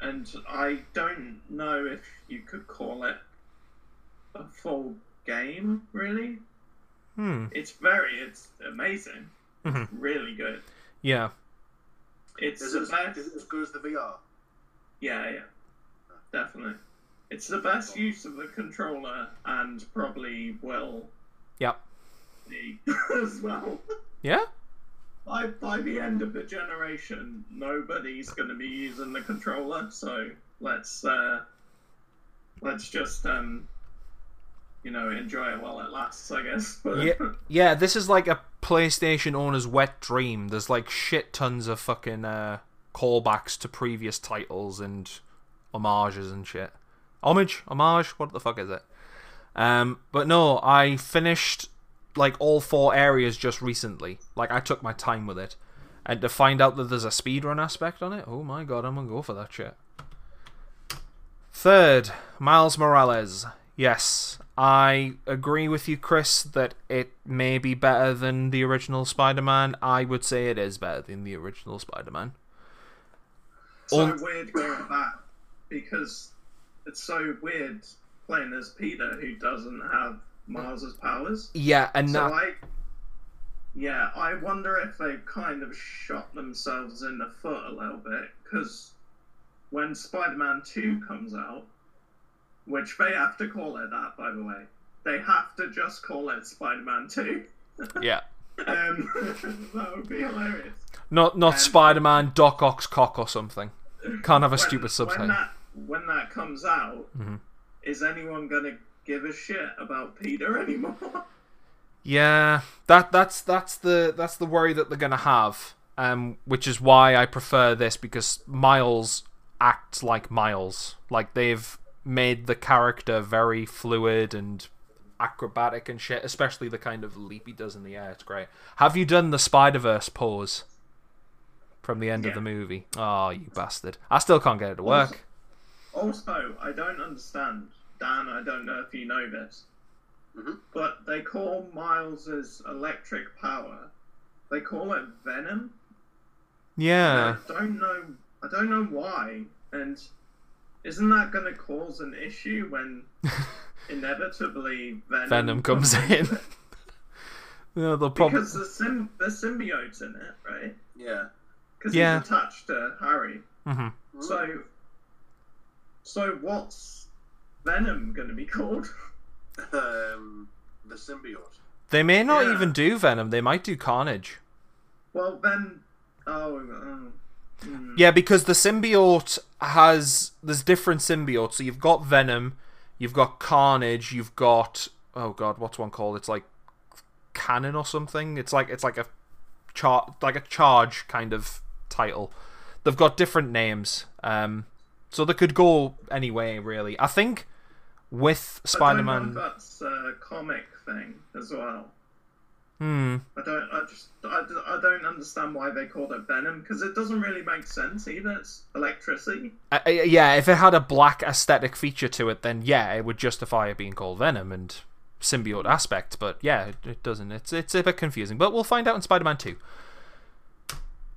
And I don't know if you could call it a full game, really.
Hmm.
It's very, it's amazing.
Mhm.
It's really good.
Yeah.
It's
Is
the
it, as,
best.
is it as good as the VR?
Yeah, yeah, definitely. It's the best use of the controller, and probably will
Yep.
be as well.
Yeah.
By, by the end of the generation, nobody's going to be using the controller, so let's uh, let's just um, you know enjoy it while it lasts, I guess. But
Yeah. Yeah. This is like a PlayStation owner's wet dream. There's like shit tons of fucking uh, callbacks to previous titles and homages and shit. Homage, homage. What the fuck is it? Um, but no, I finished like all four areas just recently. Like I took my time with it, and to find out that there's a speedrun aspect on it, oh my god, I'm gonna go for that shit. Third, Miles Morales. Yes, I agree with you, Chris, that it may be better than the original Spider-Man. I would say it is better than the original Spider-Man.
so
on-
weird going back because it's so weird playing as Peter who doesn't have Miles's powers.
Yeah, and
So
that
I, yeah, I wonder if they kind of shot themselves in the foot a little bit because when Spider-Man Two comes out, which they have to call it that, by the way, they have to just call it Spider-Man Two.
yeah.
Um, that would be hilarious.
Not not
Um,
Spider Man, Doc Ock's cock or something. Can't have a stupid
When
subtitle.
that when that comes out,
Mhm.
is anyone gonna give a shit about Peter anymore?
Yeah, that that's that's the that's the worry that they're gonna have. Um, which is why I prefer this because Miles acts like Miles. Like they've made the character very fluid and acrobatic and shit. Especially the kind of leap he does in the air. It's great. Have you done the Spider Verse pause from the end of
Yeah.
the movie? Oh, you bastard! I still can't get it to work.
Also, I don't understand, Dan. I don't know if you know this,
Mhm.
but they call Miles's electric power. They call it venom.
Yeah.
I don't know. I don't know why. And isn't that going to cause an issue when inevitably venom,
Venom comes in. no, they'll probably
Because the sym- the symbiote's in it, right?
Yeah.
Because
Yeah.
he's attached to Harry.
Mhm.
So, so what's Venom going to be called?
um, the symbiote.
they may not
Yeah.
even do Venom. They might do Carnage.
Well, then, oh, um, hmm.
Yeah, because the symbiote has there's different symbiotes. So you've got Venom, you've got Carnage, you've got oh god, what's one called? It's like Cannon or something. It's like it's like a char like a charge kind of title. They've got different names. Um, so they could go anyway. Really, I think with
I
Spider
don't know if
Man.
That's a comic thing as well.
Hmm.
I don't. I just. I, d- I don't understand why they called it Venom because it doesn't really make sense either. It's electricity.
Uh, uh, yeah, if it had a black aesthetic feature to it, then yeah, it would justify it being called Venom, and symbiote aspect, but yeah, it, it doesn't. It's it's a bit confusing, but we'll find out in Spider-Man Two.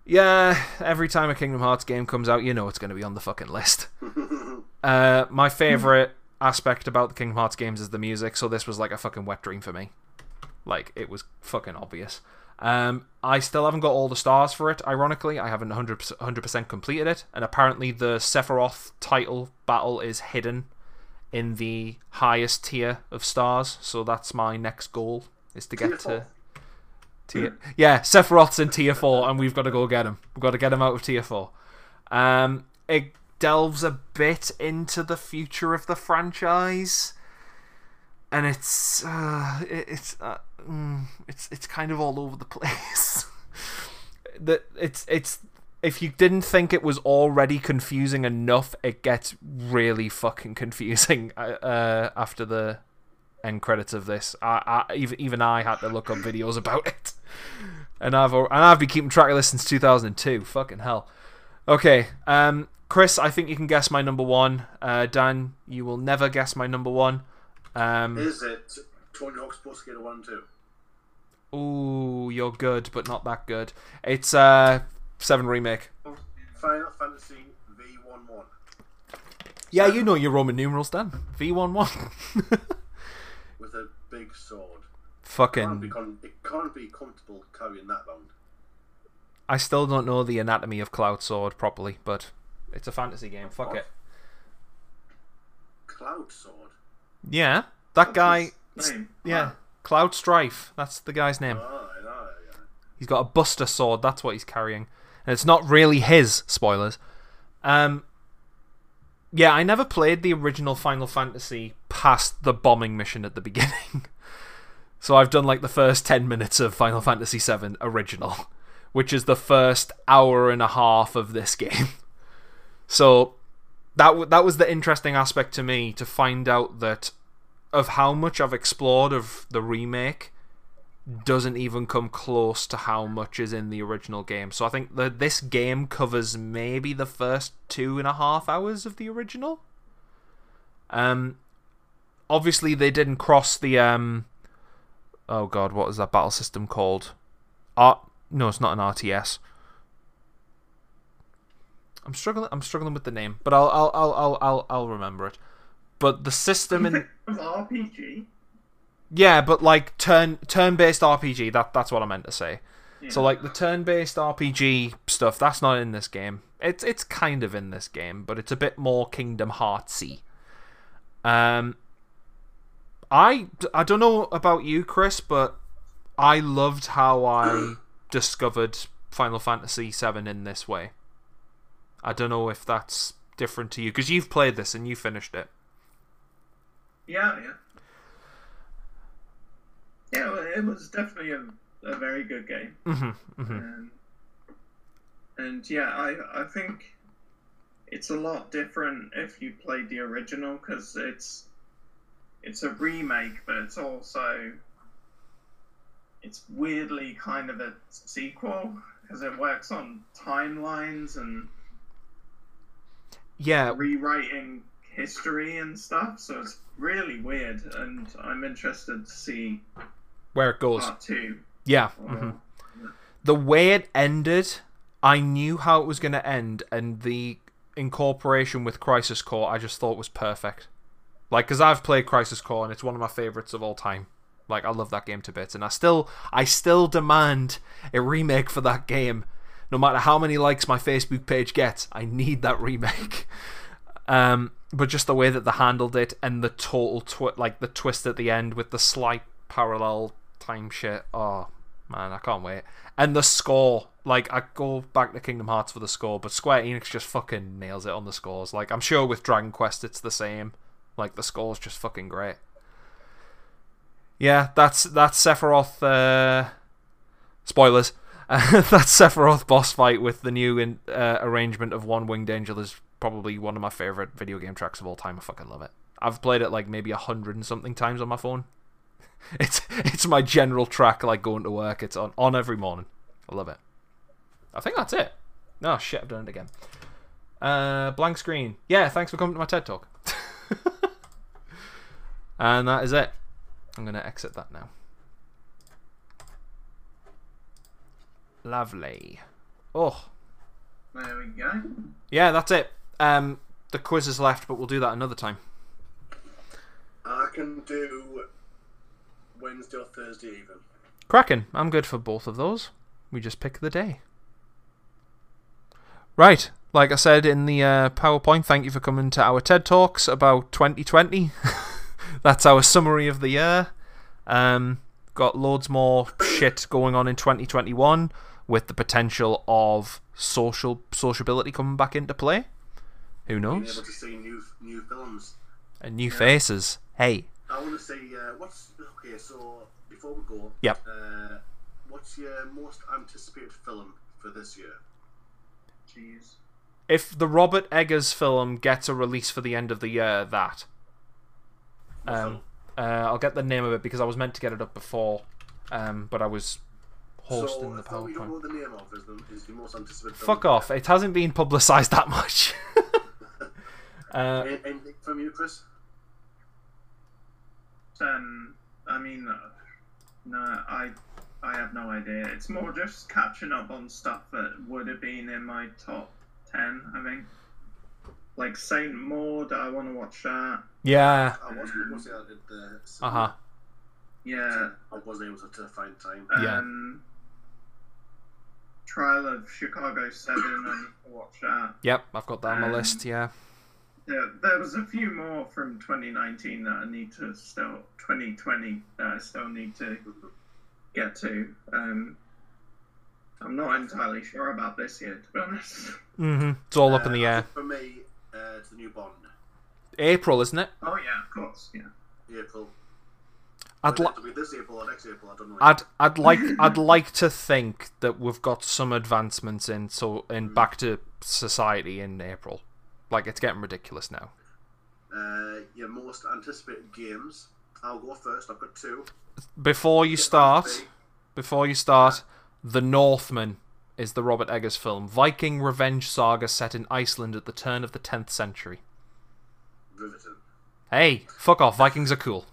Yeah, every time a Kingdom Hearts game comes out, you know it's going to be on the fucking list. Uh, my favorite aspect about the Kingdom Hearts games is the music, so this was like a fucking wet dream for me. Like it was fucking obvious. Um, I still haven't got all the stars for it. Ironically, I haven't 100 percent completed it, and apparently the Sephiroth title battle is hidden in the highest tier of stars. So that's my next goal is to get to tier. Yeah, Sephiroth's in tier four, and we've got to go get him. We've got to get him out of tier four. Um, it delves a bit into the future of the franchise, and it's uh, it, it's uh, mm, it's it's kind of all over the place. that it's it's if you didn't think it was already confusing enough, it gets really fucking confusing uh, uh, after the end credits of this. I, I even even I had to look up videos about it, and I've al- and I've been keeping track of this since 2002. Fucking hell. Okay, um, Chris, I think you can guess my number one. Uh, Dan, you will never guess my number one. Um,
Is it Tony Hawk's Pro Skater 1 2?
ooh, you're good, but not that good. It's uh, Seven remake.
Final Fantasy V1 1.
Yeah, you know your Roman numerals, Dan. V one one.
with a big sword. Can't be
Fucking.
con- it can't be comfortable carrying that round.
I still don't know the anatomy of Cloud Sword properly, but it's a fantasy game. Fuck it.
Cloud sword.
Yeah, that guy.
Name.
Yeah, Cloud Strife. That's the guy's name.
Aye, aye, aye.
He's got a Buster sword. That's what he's carrying, and it's not really his. Spoilers. Um. Yeah, I never played the original Final Fantasy past the bombing mission at the beginning, so I've done like the first ten minutes of Final Fantasy VII original, which is the first hour and a half of this game. So that w- that was the interesting aspect to me to find out that of how much I've explored of the remake doesn't even come close to how much is in the original game. So I think that this game covers maybe the first two and a half hours of the original. Um, obviously they didn't cross the um, oh god, what is that battle system called? Art? No, it's not an RTS. I'm struggling. I'm struggling with the name, but I'll I'll I'll I'll I'll, I'll remember it. But the system in
Of RPG.
yeah, but like turn turn based RPG. That that's what I meant to say. So
Yeah.
like the turn based RPG stuff, that's not in this game. It's it's kind of in this game, but it's a bit more Kingdom Heartsy. Um, I I don't know about you, Chris, but I loved how I discovered Final Fantasy VII in this way. I don't know if that's different to you because you've played this and you finished it.
Yeah, yeah. Yeah, well, it was definitely a, a very good game.
Mm-hmm, mm-hmm.
Um, and yeah, I, I think it's a lot different if you played the original because it's it's a remake, but it's also it's weirdly kind of a sequel because it works on timelines and
Yeah,
rewriting history and stuff. So it's really weird, and I'm interested to see
where it goes.
part two.
Yeah. hmm The way it ended, I knew how it was going to end, and the incorporation with Crisis Core, I just thought was perfect. Like, because I've played Crisis Core, and it's one of my favorites of all time. Like, I love that game to bits, and I still, I still demand a remake for that game. No matter how many likes my Facebook page gets, I need that remake. Um, but just the way that they handled it and the total twi- like the twist at the end with the slight parallel time shit. Oh man, I can't wait. And the score, like I go back to Kingdom Hearts for the score, but Square Enix just fucking nails it on the scores. Like I'm sure with Dragon Quest it's the same. Like the score's just fucking great. Yeah, that's that's Sephiroth. Uh, spoilers. that Sephiroth boss fight with the new in, uh, arrangement of One Winged Angel is probably one of my favorite video game tracks of all time. I fucking love it. I've played it like maybe a hundred and something times on my phone. It's it's my general track like going to work. It's on on every morning. I love it. I think that's it. Oh shit, I've done it again. Uh, blank screen. Yeah, thanks for coming to my TED talk. and that is it. I'm going to exit that now. Lovely. Oh,
There we go.
yeah, that's it. Um, the quiz is left, but we'll do that another time.
I can do Wednesday or Thursday even.
Kraken, I'm good for both of those. We just pick the day. Right, like I said in the uh, PowerPoint, thank you for coming to our TED Talks about 2020. That's our summary of the year. Um, got loads more shit going on in 2021 with the potential of social sociability coming back into play. Who
Being able
knows?
to see new new films.
And new faces. Hey,
I want to say uh, what's okay. So before we go,
Yep.
Uh, what's your most anticipated film for this year?
Jeez.
if the Robert Eggers film gets a release for the end of the year, that. Um, uh, I'll get the name of it because I was meant to get it up before, um, but I was hosting
so
the
if that we don't know
PowerPoint.
the name of is the, is the most anticipated.
Fuck
film.
off! It hasn't been publicised that much. uh,
An- Anything from you, Chris?
Um, I mean, uh, no, I, I have no idea. It's more just catching up on stuff that would have been in my top ten. I think, like Saint Maud. I want to watch that.
yeah.
I was going to say that at the.
Uh huh.
Yeah.
I wasn't able to, to find time.
Yeah.
Um, Trial of Chicago Seven. I need to watch that.
Yep, I've got that on my
Um,
list. Yeah.
There, there was a few more from 2019 that I need to still 2020 that I still need to get to. Um, I'm not entirely sure about this yet, to be honest.
hmm It's all up in
Uh,
the
I
air.
think For me, uh, it's the new Bond.
April, isn't it?
Oh yeah, of course, yeah.
April.
I'd li-
Whether it'll be this April or next April. I don't know.
I'd I'd like I'd like to think that we've got some advancements in so in back to society in April. Like it's getting ridiculous now.
Uh, your most anticipated games. I'll go first. I've got two.
Before you start, before you start, The Northman is the Robert Eggers film, Viking revenge saga set in Iceland at the turn of the 10th century.
Riveting.
Hey, fuck off, Vikings are cool.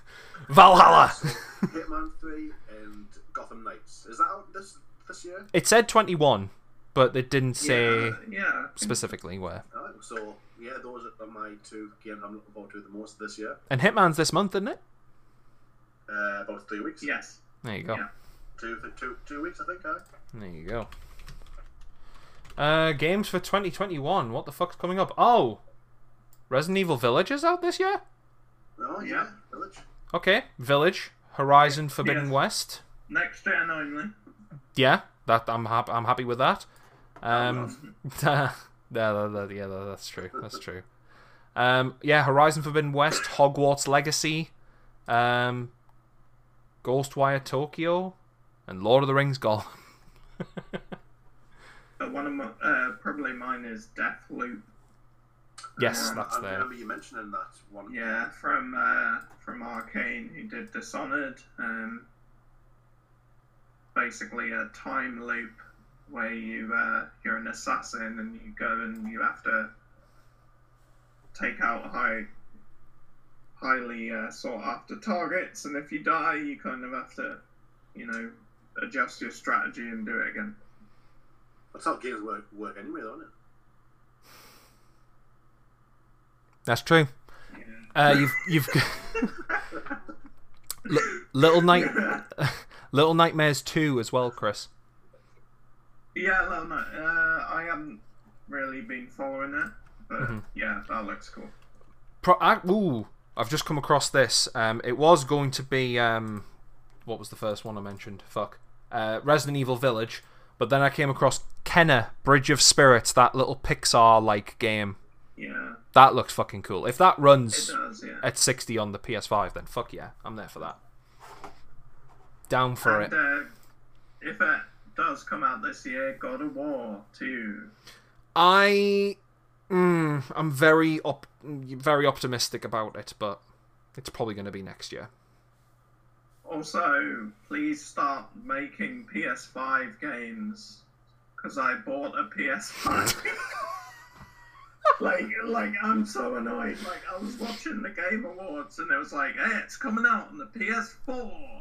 Valhalla.
So, Hitman Three and Gotham Knights. Is that out this this year?
It said 21, but it didn't say
yeah, yeah.
specifically where.
Oh, so yeah, those are my two games I'm looking forward to the most this year.
And Hitman's this month, isn't it?
Uh, about three weeks.
Yes.
There you go.
Yeah.
Two for two two weeks, I think. Huh?
There you go. Uh, games for 2021. What the fuck's coming up? Oh, Resident Evil Village is out this year.
Oh yeah.
Yeah.
Village.
Okay, Village, Horizon Forbidden
Yes.
West.
Next gen only.
Yeah, that I'm happy. I'm happy with that. Um, yeah, that- that- yeah, that- that's true. That's true. Um, yeah, Horizon Forbidden West, Hogwarts Legacy, um, Ghostwire Tokyo, and Lord of the Rings Golem.
But one of my, uh, probably mine is Deathloop.
yes,
Um,
that's
I
there.
remember you mentioning that one.
Yeah, from uh, from Arcane, who did Dishonored. Um, basically, a time loop where you uh, you're an assassin and you go and you have to take out high highly uh, sought after targets, and if you die, you kind of have to, you know, adjust your strategy and do it again.
That's how games work work anyway, though, isn't it?
That's true. Uh, you've you've Li- little night little nightmares two as well, Chris.
Yeah, Little Night. Uh, I haven't really been following it, but yeah, that looks cool.
Pro- I, ooh, I've just come across this. Um, it was going to be um, what was the first one I mentioned? Fuck, uh, Resident Evil Village. But then I came across Kenna Bridge of Spirits, that little Pixar like game.
Yeah,
That looks fucking cool. If that
it
runs
does. Yeah.
at sixty on the PS5, then fuck yeah, I'm there for that. Down for it.
and uh, if it does come out this year, God of War too.
I, mm, I'm very op- very optimistic about it, but it's probably going to be next year.
Also, please start making PS5 games because I bought a PS5. like, like I'm so annoyed. Like I was watching the Game Awards and it was like, hey, it's coming out on the PS4.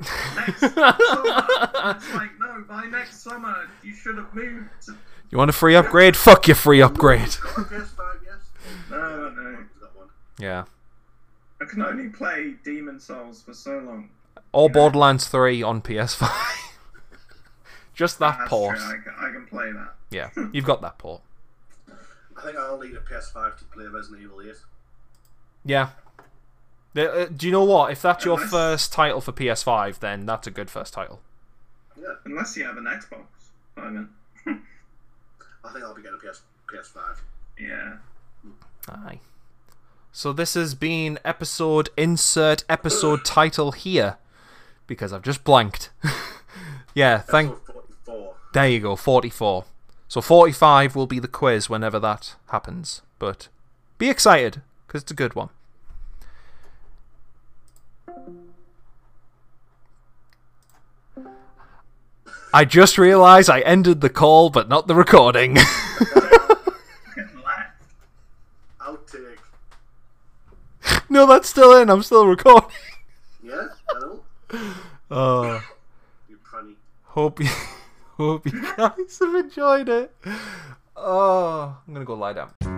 Next summer. And It's like, no, by next summer you should have moved. To...
You want a free upgrade? Fuck your free upgrade.
Yes, five, yes.
No, no.
That one.
Yeah.
I can only play Demon Souls for so long.
Or Borderlands 3 on PS5. Just that
That's
port.
true. I can, I can play that.
Yeah, you've got that port.
I think I'll need a PS5 to play Resident Evil 8.
Yeah. The- uh, do you know what? If that's your
Unless-
first title for PS5, then that's a good first title.
Yeah,
Unless you have an Xbox. I mean,
I think I'll be getting a PS, PS5.
yeah.
Aye. So this has been episode insert episode title here because I've just blanked. yeah, thank
Episode 44.
there you go, 44. So 45 will be the quiz whenever that happens, but be excited because it's a good one. I just realized I ended the call but not the recording.
Getting laughed.
Outtake.
no, that's still in. I'm still recording.
Yeah, I know.
Oh.
You pranny.
Hope you, hope you guys have enjoyed it. Oh, I'm gonna go lie down.